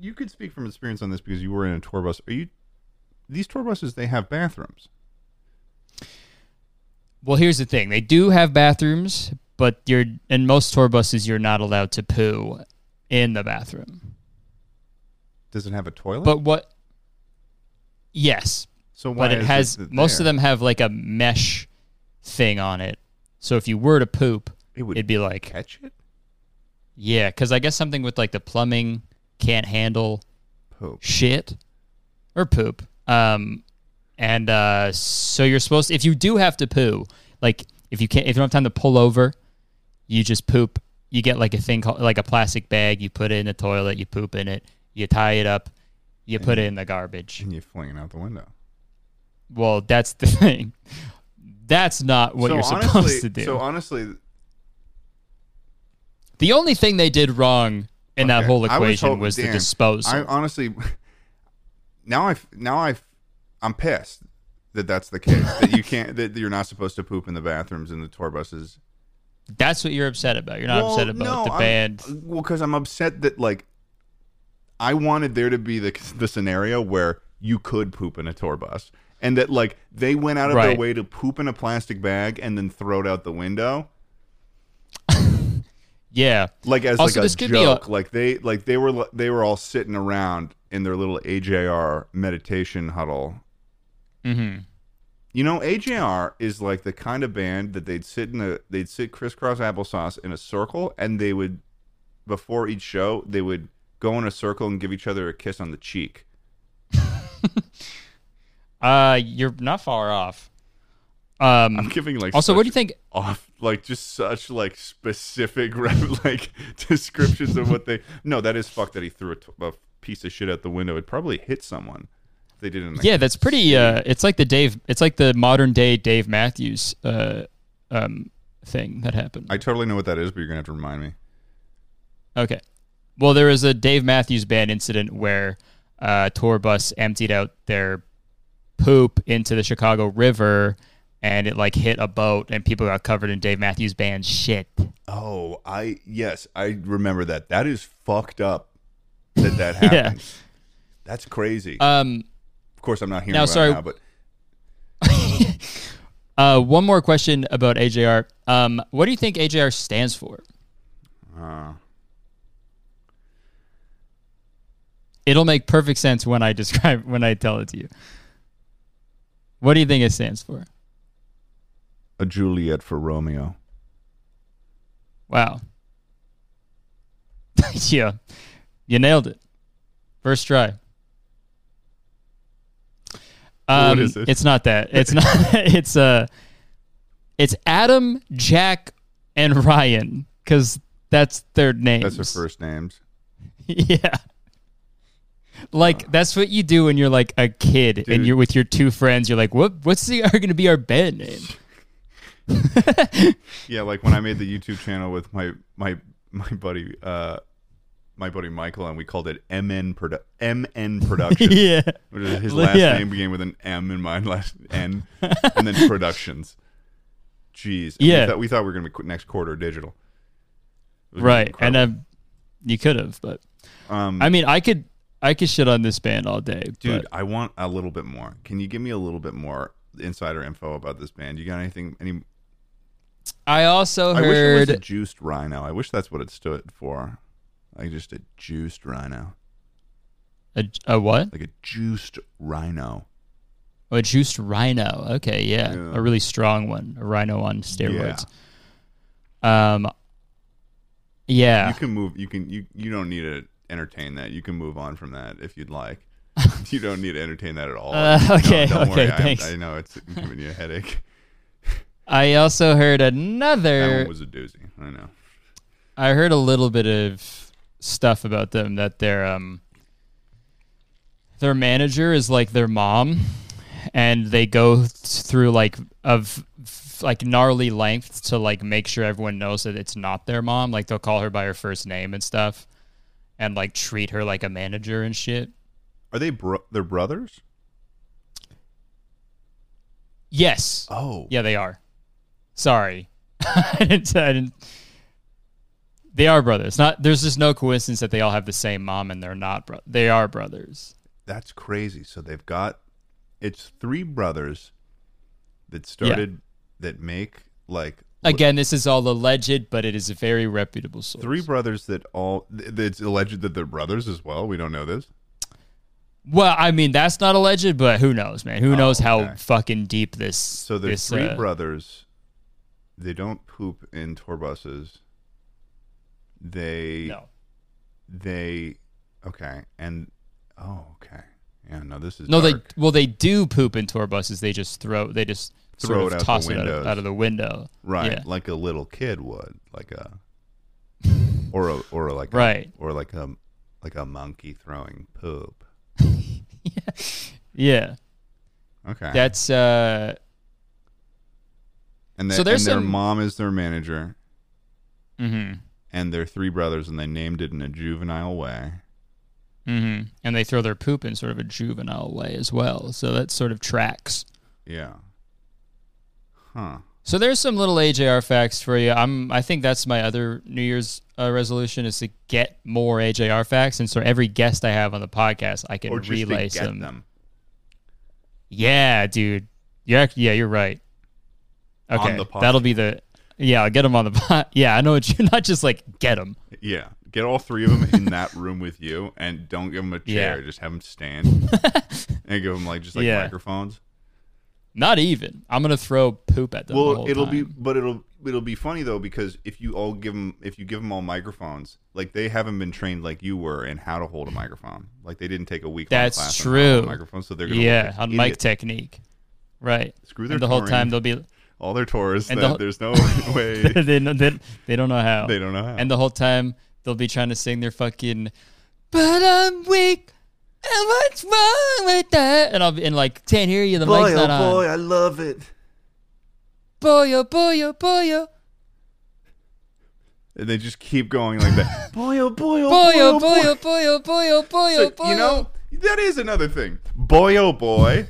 S2: you could speak from experience on this because you were in a tour bus. Are you? These tour buses they have bathrooms.
S1: well, here's the thing: they do have bathrooms, but you're in most tour buses you're not allowed to poo in the bathroom.
S2: Does it have a toilet?
S1: But what? Yes,
S2: so why
S1: but it
S2: is
S1: has
S2: th-
S1: most of
S2: there?
S1: them have like a mesh thing on it. So if you were to poop,
S2: It would
S1: it'd be like
S2: catch it.
S1: yeah, because I guess something with like the plumbing can't handle
S2: Poop.
S1: shit or poop. Um, and uh, so you're supposed if you do have to poo, like if you can't, if you don't have time to pull over, you just poop. You get like a thing called like a plastic bag. You put it in the toilet. You poop in it. You tie it up. You put it in the garbage.
S2: And you fling it out the window.
S1: Well, that's the [LAUGHS] thing. That's not what
S2: so
S1: you're
S2: honestly,
S1: supposed to do.
S2: So honestly,
S1: the only thing they did wrong in that
S2: Okay.
S1: whole
S2: I
S1: equation
S2: hoping-
S1: was the
S2: damn.
S1: disposal.
S2: I honestly now I now I I'm pissed that that's the case that you can't that you're not supposed to poop in the bathrooms in the tour buses.
S1: that's what you're upset about. You're not
S2: Well,
S1: upset about
S2: no,
S1: the
S2: I'm-
S1: band.
S2: well, because I'm upset that like I wanted there to be the the scenario where you could poop in a tour bus, and that like they went out of their
S1: Right.
S2: way to poop in a plastic bag and then throw it out the window.
S1: Yeah.
S2: like as
S1: Also,
S2: like
S1: this
S2: a
S1: could be a-
S2: joke like they like they were they were all sitting around in their little AJR meditation huddle.
S1: hmm
S2: You know, AJR is like the kind of band that they'd sit in a they'd sit crisscross applesauce in a circle and they would before each show they would go in a circle and give each other a kiss on the cheek.
S1: Uh, you're not far off. Um.
S2: I'm giving like
S1: also, what do you
S2: such
S1: think?
S2: off like just such like specific [LAUGHS] like descriptions of what they no that is fucked that he threw a, t- a piece of shit out the window it probably hit someone if they didn't like,
S1: Yeah, that's pretty. Uh, it's like the Dave. It's like the modern day Dave Matthews. Uh, um, thing that happened.
S2: I totally know what that is, but you're gonna have to remind me.
S1: okay. Well, there was a Dave Matthews Band incident where uh, a tour bus emptied out their poop into the Chicago River, and it like hit a boat, and people got covered in Dave Matthews Band shit.
S2: Oh, I yes, I remember that.
S1: [LAUGHS]
S2: That is fucked up that that happened. That's crazy.
S1: Um,
S2: course, I'm not hearing
S1: Now,
S2: about it
S1: sorry,
S2: now, but
S1: Uh, one more question about AJR. Um, what do you think AJR stands for?
S2: uh,
S1: It'll make perfect sense when I [LAUGHS] describe when I tell it to you. What do you think it stands for?
S2: a Juliet for Romeo.
S1: Wow. [LAUGHS] yeah, you nailed it. First try. Um,
S2: is it?
S1: It's not that. [LAUGHS] It's not. it's uh, it's Adam, Jack, and Ryan because that's their names.
S2: That's her first names.
S1: [LAUGHS] yeah. Like that's what you do when you're like a kid and
S2: Dude.
S1: you're with your two friends. You're like, what? What's the, are going to be our band
S2: [LAUGHS]
S1: name?
S2: Yeah, like when I made the YouTube channel with my my my buddy uh my buddy Michael and we called it MN Produ- MN
S1: [LAUGHS]
S2: Productions.
S1: yeah.
S2: Which is his last
S1: Yeah.
S2: name began with an M and
S1: [LAUGHS]
S2: mine last N and then Productions. Jeez. And
S1: Yeah.
S2: We thought we, thought we were going to be qu- next quarter digital. It was
S1: Right.
S2: incredible.
S1: And uh, you could have, but
S2: Um,
S1: I mean, I could I could shit on this band all day,
S2: Dude,
S1: But
S2: I want a little bit more. Can you give me a little bit more insider info about this band? You got anything? Any?
S1: I also
S2: I wish it was
S1: heard
S2: a juiced rhino. I wish that's what it stood for. Like just a juiced rhino,
S1: a, a what?
S2: like a juiced rhino.
S1: Oh, a juiced rhino. Okay, yeah,
S2: Yeah.
S1: a really strong one, a rhino on steroids. Um,
S2: You
S1: yeah,
S2: can move. You can. You you don't need to entertain that. You can move on from that if
S1: [LAUGHS]
S2: you'd like. you don't need to entertain that at all.
S1: Uh,
S2: No,
S1: okay,
S2: don't
S1: okay,
S2: worry. I-
S1: thanks.
S2: I, know it's giving you a headache.
S1: [LAUGHS] I also heard
S2: That
S1: another.
S2: one was a doozy. I know.
S1: I heard a little bit of stuff about them that their um their manager is like their mom and they go th- through like of like gnarly lengths to like make sure everyone knows that it's not their mom like they'll call her by her first name and stuff and like treat her like a manager and shit
S2: Are they bro- they're brothers?
S1: yes
S2: Oh,
S1: yeah they are sorry [LAUGHS] I didn't, I didn't they are brothers not there's just no coincidence that they all have the same mom and they're not bro- they are brothers
S2: That's crazy. So they've got it's three brothers that started that make like
S1: Again, this is all alleged, but it is a very reputable source.
S2: three brothers that all th- it's alleged that they're brothers as well. We don't know this.
S1: Well, I mean, that's not alleged, but who knows, man? Who knows how
S2: Oh, okay.
S1: fucking deep this?
S2: So
S1: this,
S2: there's three
S1: uh,
S2: brothers. They don't poop in tour buses. They
S1: No,
S2: they okay and oh okay yeah no this is
S1: no, they
S2: dark.
S1: well, they do poop in tour buses. They just throw, they just sort
S2: Throw it
S1: of
S2: out the
S1: toss it out of,
S2: windows.
S1: out of the window.
S2: right
S1: Yeah.
S2: like a little kid would like a or a or a, like a-
S1: Right.
S2: or like a like a monkey throwing poop
S1: yeah.
S2: okay
S1: That's uh,
S2: and, they,
S1: so there's
S2: and their
S1: some-
S2: mom is their manager
S1: mm-hmm,
S2: and they're three brothers and they named it in a juvenile way
S1: mm-hmm. and they throw their poop in sort of a juvenile way as well. So that sort of tracks.
S2: yeah huh
S1: So there's some little AJR facts for you. I'm I think that's my other New Year's uh, resolution is to get more AJR facts, and so every guest I have on the podcast, I can
S2: or just to
S1: relay
S2: get
S1: some.
S2: them
S1: Yeah, dude. You're act- yeah, you're right. Okay,
S2: the pod.
S1: that'll be the yeah. I'll get them on the [LAUGHS] pot. Yeah, I know what you [LAUGHS] not just like get them.
S2: yeah get all three of them
S1: [LAUGHS]
S2: in that room with you and don't give them a
S1: Yeah.
S2: chair just have
S1: [LAUGHS]
S2: them stand and give them like just like
S1: Yeah.
S2: microphones
S1: Not even. I'm gonna throw poop at them. the
S2: Well,
S1: whole
S2: it'll be,
S1: time.
S2: but it'll it'll be funny though because if you all give them, if you give them all microphones, like they haven't been trained like you were in how to hold a microphone. Like they didn't take a week.
S1: That's
S2: class on how to hold a
S1: true.
S2: Microphone, so they're gonna
S1: yeah
S2: look like
S1: on mic
S2: idiots.
S1: technique, right?
S2: Screw their
S1: and the whole
S2: touring.
S1: time they'll be
S2: all their tours.
S1: and
S2: that
S1: the- [LAUGHS]
S2: there's no way
S1: they, know, they they don't know how
S2: they don't know how.
S1: And the whole time they'll be trying to sing their fucking But I'm weak and what's wrong with that? And I'll be and like can't hear you, the mic's
S2: oh
S1: not on.
S2: I love it.
S1: Boy oh boy oh boy oh
S2: And they just keep going like that. [LAUGHS] boy, oh boy, oh
S1: boy oh boy oh boy oh boy oh boy oh boy
S2: You
S1: oh.
S2: know that is another thing. Boy,
S1: [LAUGHS]
S2: oh boy.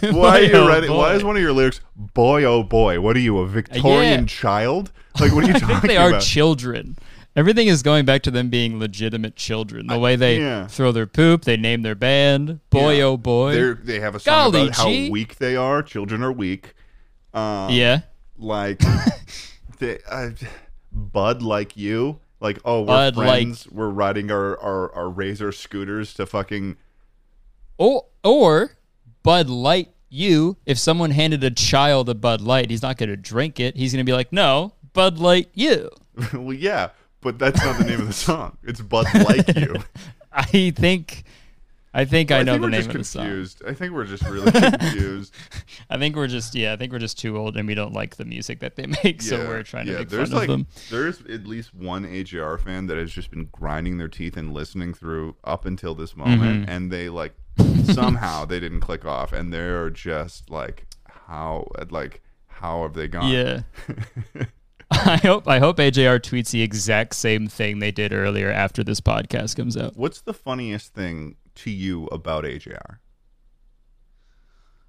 S2: Why are
S1: Boy, oh,
S2: you writing? Why
S1: boy.
S2: is one of your lyrics "Boy, oh boy"? What are you, a Victorian
S1: Yeah.
S2: child? Like, what are
S1: [LAUGHS]
S2: you
S1: I
S2: talking
S1: think they are
S2: about?
S1: children. Everything is going back to them being legitimate children. The way they
S2: yeah.
S1: throw their poop, they name their band. Boy,
S2: Yeah.
S1: oh boy.
S2: They're, they have a song
S1: Golly
S2: about how
S1: gee.
S2: weak they are. Children are weak. Um,
S1: yeah. [LAUGHS]
S2: like they, uh, bud like you like oh we're
S1: Bud like-
S2: friends we're riding our, our our razor scooters to fucking [LAUGHS]
S1: Or, or Bud Light you. If someone handed a child a Bud Light, he's not going to drink it. He's going to be like, no, Bud Light you. [LAUGHS]
S2: well yeah but that's not the name of the song it's bud like you
S1: I think, I think [LAUGHS] I, know
S2: think
S1: the
S2: we're
S1: name
S2: just
S1: of the song.
S2: confused i think we're just
S1: [LAUGHS]
S2: really confused
S1: I think we're just yeah, I think we're just too old and we don't like the music that they [LAUGHS] make, so
S2: Yeah,
S1: we're trying to
S2: yeah,
S1: make fun
S2: there's
S1: of
S2: like
S1: them.
S2: there's at least one AJR fan that has just been grinding their teeth and listening through up until this
S1: Mm-hmm.
S2: moment, and they like
S1: [LAUGHS]
S2: somehow they didn't click off, and they're just like, how like how have they gone?
S1: Yeah. [LAUGHS] I hope I hope AJR tweets the exact same thing they did earlier after this podcast comes out.
S2: [LAUGHS] What's the funniest thing to you about AJR?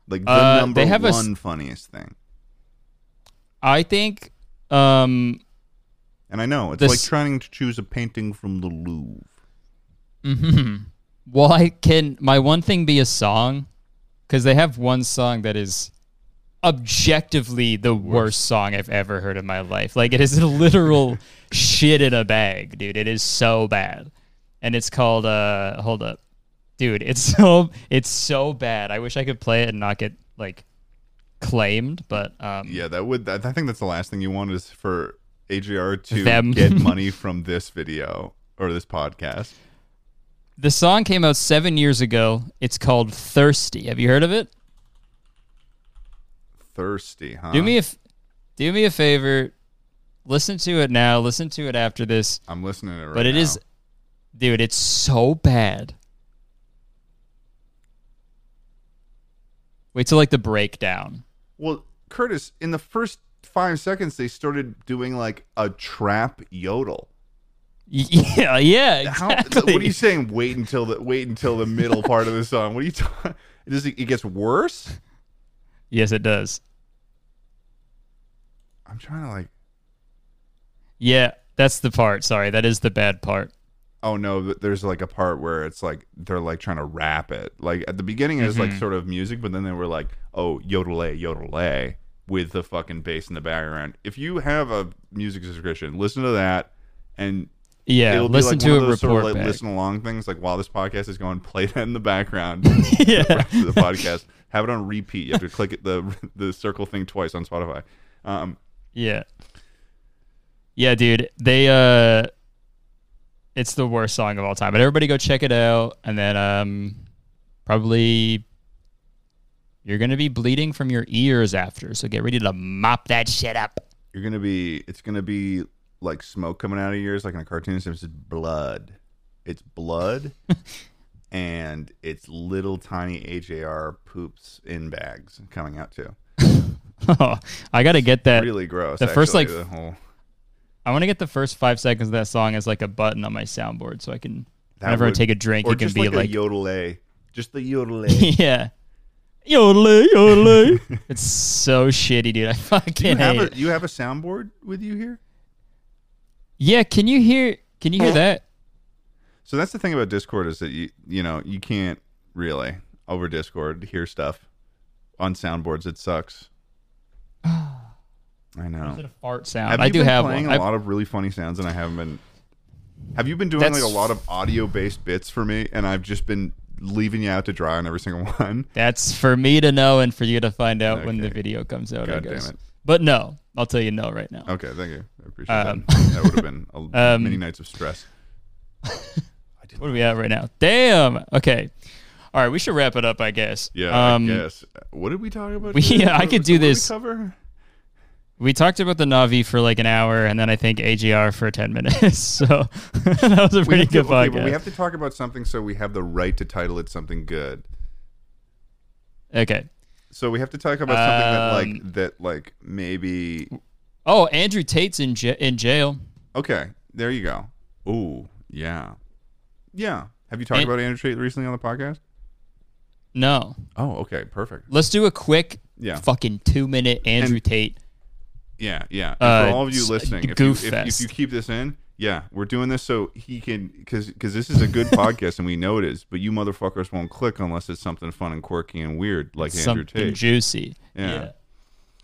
S2: Like the
S1: Uh,
S2: number
S1: they have a s-
S2: one funniest thing,
S1: I think um
S2: and I know it's
S1: The
S2: like
S1: s-
S2: trying to choose a painting from the Louvre.
S1: well I can my one thing be a song cuz they have one song that is objectively the worst song I've ever heard in my life. Like it is a literal shit in a bag, dude. It is so bad. And it's called uh hold up. Dude, it's [LAUGHS] so it's so bad. I wish I could play it and not get like claimed, but um
S2: Yeah, that would. That, I think that's the last thing you want is for AJR to
S1: Them. [LAUGHS]
S2: get money from this video or this podcast.
S1: The song came out seven years ago. It's called Thirsty. Have you heard of it?
S2: Thirsty, huh?
S1: Do me a f- do me a favor. Listen to it now. Listen to it after this.
S2: I'm listening to it right
S1: but it
S2: now.
S1: is, dude. It's so bad. Wait till like the breakdown.
S2: Well, Curtis, in the first five seconds, they started doing like a trap yodel.
S1: Y- [LAUGHS] Yeah, yeah.
S2: How, [LAUGHS]
S1: Exactly.
S2: What are you saying? Wait until the wait until the middle part of the song. What are you talking? Does [LAUGHS] it, it gets worse?
S1: yes, it does.
S2: I'm trying to like.
S1: Yeah, that's the part. Sorry, that is the bad part.
S2: oh no but there's like a part where it's like they're like trying to rap it like at the beginning it was
S1: Mm-hmm.
S2: like sort of music but then they were like oh yodel yodel with the fucking bass in the background if you have a music subscription listen to that and
S1: Yeah,
S2: it'll
S1: listen
S2: be like
S1: to
S2: one
S1: a
S2: of those sort
S1: report
S2: of like
S1: back.
S2: listen along things like while this podcast is going [LAUGHS] play that in the background the
S1: [LAUGHS] yeah.
S2: rest of the podcast have it on repeat you have to click it, the [LAUGHS] the circle thing twice on spotify um
S1: Yeah. Yeah, dude. They uh it's the worst song of all time. But everybody go check it out and then um probably you're gonna be bleeding from your ears after, so get ready to mop that shit up. [LAUGHS]
S2: you're gonna be it's gonna be like smoke coming out of your ears like in a cartoon it's just blood it's
S1: [LAUGHS]
S2: blood and it's little tiny ajr poops in bags coming out too
S1: I gotta get that
S2: really gross
S1: the first,
S2: actually,
S1: like-
S2: the whole
S1: I wanna get the first five seconds of that song as like a button on my soundboard so I can
S2: that
S1: whenever I
S2: would-
S1: take a drink
S2: or
S1: it can
S2: just
S1: be
S2: like,
S1: like
S2: a yodel a just the yodel a Do
S1: [LAUGHS] Yeah. Yodel,
S2: [LAUGHS]
S1: yodel. it's so shitty, dude. I fucking
S2: you have
S1: hate it.
S2: a you have a soundboard with you here
S1: Yeah, can you hear can you hear that?
S2: so that's the thing about discord is that you you know you can't really over discord hear stuff on soundboards
S1: [SIGHS]
S2: it sucks i know
S1: Is it a fart sound?
S2: Have
S1: I
S2: you
S1: do
S2: been
S1: have
S2: playing
S1: one.
S2: a
S1: I-
S2: lot of really funny sounds, and I haven't been. Have you been doing like
S1: That's-
S2: a lot of audio based bits for me, and I've just been leaving you out to dry on every single [LAUGHS] one?
S1: that's for me to know and for you to find out when the
S2: Okay.
S1: video comes out. I
S2: God damn
S1: guess.
S2: it.
S1: But no, I'll tell you no right now.
S2: Okay, thank you. I appreciate
S1: Um,
S2: that. That would have been a,
S1: [LAUGHS] Um,
S2: many nights of stress.
S1: What are we at right now? Damn. Okay. All right, we should wrap it up, I guess.
S2: Yeah,
S1: Um,
S2: I guess. What did we talk about?
S1: we-
S2: today?
S1: yeah, [LAUGHS] I
S2: What-
S1: could do
S2: what did we
S1: this.
S2: cover?
S1: We talked about the Navi for like an hour, and then I think AGR for ten [LAUGHS] minutes. So that was a
S2: We
S1: pretty
S2: have to-
S1: good
S2: okay,
S1: podcast.
S2: but we have to talk about something so we have the right to title it something good.
S1: okay.
S2: So we have to talk about
S1: Um,
S2: something that like that like maybe
S1: Oh, Andrew Tate's in ja- in jail.
S2: Okay, there you go. Ooh, yeah, yeah. Have you talked
S1: And-
S2: about Andrew Tate recently on the podcast?
S1: No,
S2: Oh, okay, perfect.
S1: let's do a quick,
S2: Yeah.
S1: fucking two minute Andrew Tate.
S2: Yeah, yeah. And
S1: Uh,
S2: for all of you
S1: s-
S2: listening, if you,
S1: goof
S2: if, if
S1: fest.
S2: you keep this in, Yeah, we're doing this so he can because because this is
S1: [LAUGHS]
S2: a good podcast and we know it is, but you motherfuckers won't click unless it's something fun and quirky and weird like Andrew
S1: Something
S2: Tate.
S1: juicy.
S2: Yeah.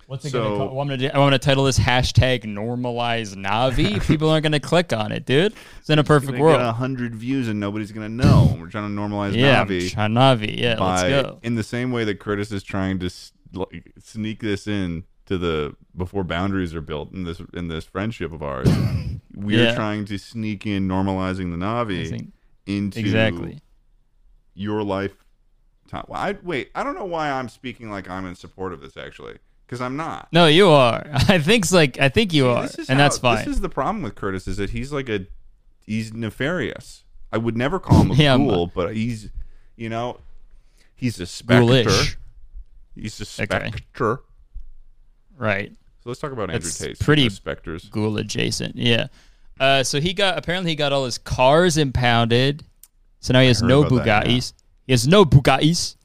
S1: What's it
S2: So-
S1: gonna call? Well, I'm gonna do, I'm gonna title this hashtag normalize [LAUGHS] Navi. People aren't gonna click on it, dude. It's in a perfect
S2: We're
S1: world.
S2: gonna get hundred views and nobody's gonna know. and We're trying to normalize
S1: yeah,
S2: Navi
S1: Navi. Navi. Yeah, let's
S2: by
S1: go.
S2: in the same way that Curtis is trying to s- like, sneak this in to the before boundaries are built in this in this friendship
S1: [COUGHS]
S2: of ours. We're
S1: Yeah.
S2: trying to sneak in normalizing the Navi
S1: Amazing.
S2: into
S1: Exactly.
S2: your life time. Well, I, wait, I don't know why I'm speaking like I'm in support of this actually, because I'm not.
S1: No, you are. [LAUGHS] I think's like I think you
S2: See,
S1: are,
S2: this is
S1: and
S2: how-
S1: that's fine.
S2: This is the problem with Curtis is that he's like a he's nefarious. I would never call him a
S1: [LAUGHS] Yeah, I'm-
S2: ghoul, but he's you know he's a specter.
S1: Ghoulish.
S2: He's a
S1: Okay.
S2: specter.
S1: right.
S2: So let's talk about Andrew
S1: That's
S2: Tate.
S1: pretty-
S2: the specters.
S1: Ghoul adjacent. Yeah. Uh, so he got apparently he got all his cars impounded. So now he has
S2: heard
S1: no
S2: about that, yeah.
S1: Bugattis. He has no Bugattis.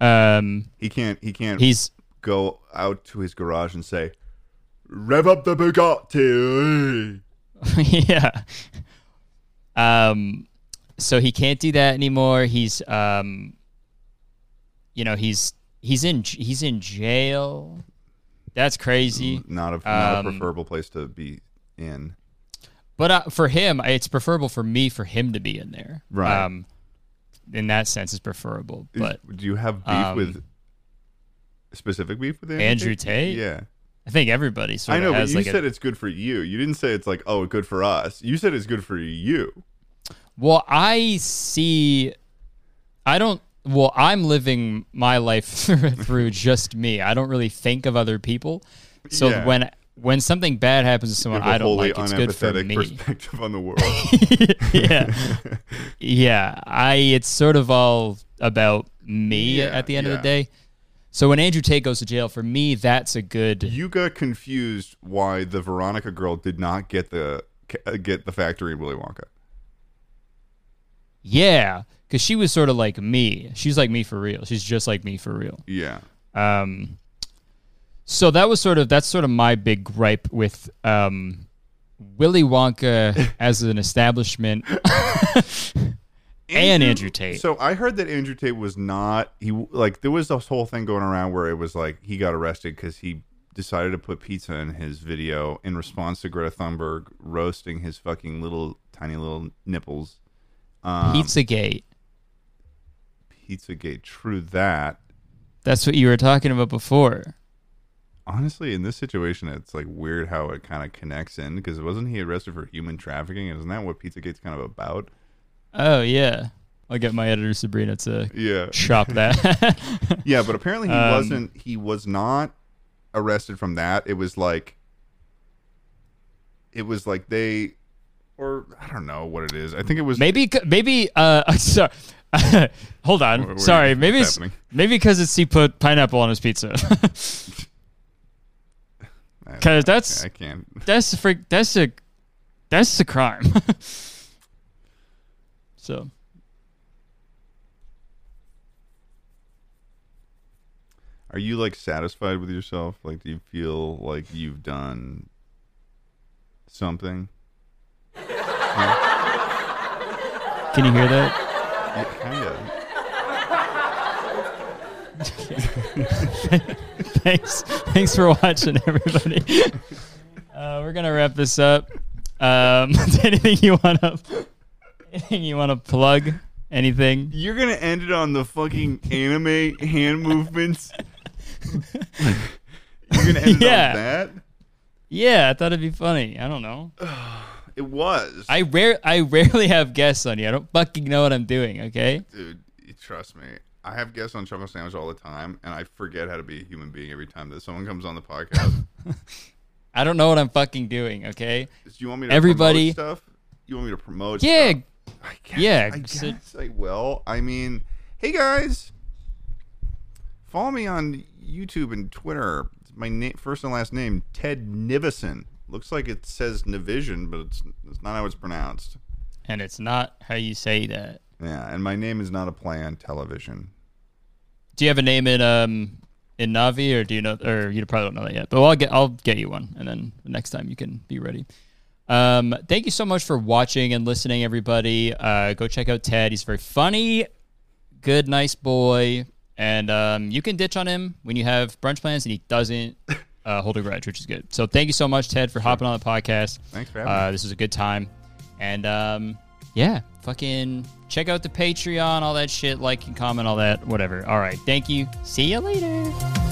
S1: Um,
S2: He can't. He can't.
S1: he's
S2: go out to his garage and say, "Rev up the Bugatti."
S1: [LAUGHS] yeah. Um, so he can't do that anymore. He's um, you know, he's he's in j- he's in jail. That's crazy.
S2: Not a
S1: Um,
S2: not a preferable place to be in.
S1: But uh, for him, it's preferable for me for him to be in there. Um,
S2: Right.
S1: in that sense, it's preferable.
S2: Is-
S1: But
S2: do you have beef
S1: um,
S2: with specific beef with Andrew,
S1: Andrew Tate?
S2: Yeah,
S1: I think everybody sort
S2: I know,
S1: of
S2: but
S1: has
S2: you
S1: like
S2: said
S1: a,
S2: it's good for you. You didn't say it's like oh, good for us. You said it's good for you.
S1: well, I see. I don't. Well, I'm living my life [LAUGHS] through just me. I don't really think of other people. So
S2: Yeah.
S1: when when something bad happens to
S2: You
S1: someone
S2: have a
S1: I don't
S2: wholly
S1: like, it's good for
S2: unempathetic
S1: me.
S2: perspective on the world.
S1: [LAUGHS] yeah, yeah. I it's sort of all about me
S2: Yeah,
S1: at the end of the
S2: yeah.
S1: day. So when Andrew Tate goes to jail, for me, that's a good.
S2: you got confused why the Veronica girl did not get the uh, get the factory in Willy Wonka.
S1: Yeah, because she was sort of like me. She's like me for real. She's just like me for real.
S2: Yeah,
S1: Um, so that was sort of that's sort of my big gripe with um, Willy
S2: [LAUGHS]
S1: Wonka as an establishment and Andrew Tate.
S2: So I heard that Andrew Tate was not he like there was this whole thing going around where it was like he got arrested because he decided to put pizza in his video in response to Greta Thunberg roasting his fucking little tiny little nipples. Um,
S1: Pizzagate.
S2: Pizzagate, true that.
S1: That's what you were talking about before.
S2: Honestly, in this situation, it's like weird how it kind of connects in because wasn't he arrested for human trafficking? Isn't that what Pizzagate's kind of about?
S1: Oh yeah, I'll get my editor Sabrina to [LAUGHS]
S2: Yeah,
S1: chop that. [LAUGHS]
S2: yeah, but apparently he
S1: Um,
S2: wasn't. He was not arrested from that. It was like, it was like they, or I don't know what it is. I think it was
S1: maybe c- maybe uh [LAUGHS] sorry. Hold on.
S2: wait,
S1: sorry.
S2: what's
S1: Maybe it's,
S2: happening?
S1: maybe because it's he put pineapple on his
S2: [LAUGHS]
S1: pizza. [LAUGHS]
S2: I don't
S1: 'cause
S2: know.
S1: that's-
S2: I can't.
S1: that's a freak. That's a that's a crime. [LAUGHS] so
S2: Are you like satisfied with yourself? Like, do you feel like you've done something?
S1: can you hear that? [LAUGHS]
S2: Yeah, kind of.
S1: Thanks. Thanks for watching, everybody. Uh, we're gonna wrap this up. Um, [LAUGHS] anything you want to anything you want to plug? Anything?
S2: You're gonna end it on the fucking anime
S1: [LAUGHS]
S2: hand movements. You're gonna end it
S1: Yeah.
S2: on that.
S1: Yeah, I thought it'd be funny. I don't know.
S2: It was.
S1: I rare I rarely have guests on here. I don't fucking know what I'm doing. Okay.
S2: dude, you trust me. I have guests on Chuckle Sandwich all the time, and I forget how to be a human being every time that someone comes on the
S1: [LAUGHS]
S2: podcast.
S1: I don't know what I'm fucking doing. Okay.
S2: Do you want me to
S1: Everybody-
S2: promote stuff? You want me to promote?
S1: Yeah.
S2: stuff? I guess,
S1: yeah,
S2: I
S1: so-
S2: guess I will. I mean, hey guys, follow me on YouTube and Twitter. It's my na- first and last name, Ted Nivison. Looks like it says Nivision, but it's, it's not how it's pronounced.
S1: And it's not how you say that.
S2: Yeah, and my name is not a play on television.
S1: Do you have a name in um in Navi or do you know or you probably don't know that yet? But I'll get I'll get you one and then next time you can be ready. Um, thank you so much for watching and listening, everybody. Uh, go check out Ted. He's very funny, good, nice boy. And um, you can ditch on him when you have brunch plans and he doesn't uh, hold a grudge, which is good. So thank you so much, Ted, for hopping on the podcast.
S2: Thanks for having
S1: Uh, this was a good time. And um, yeah, fucking check out the Patreon, all that shit. Like and comment, all that, whatever. All right. Thank you. See you later.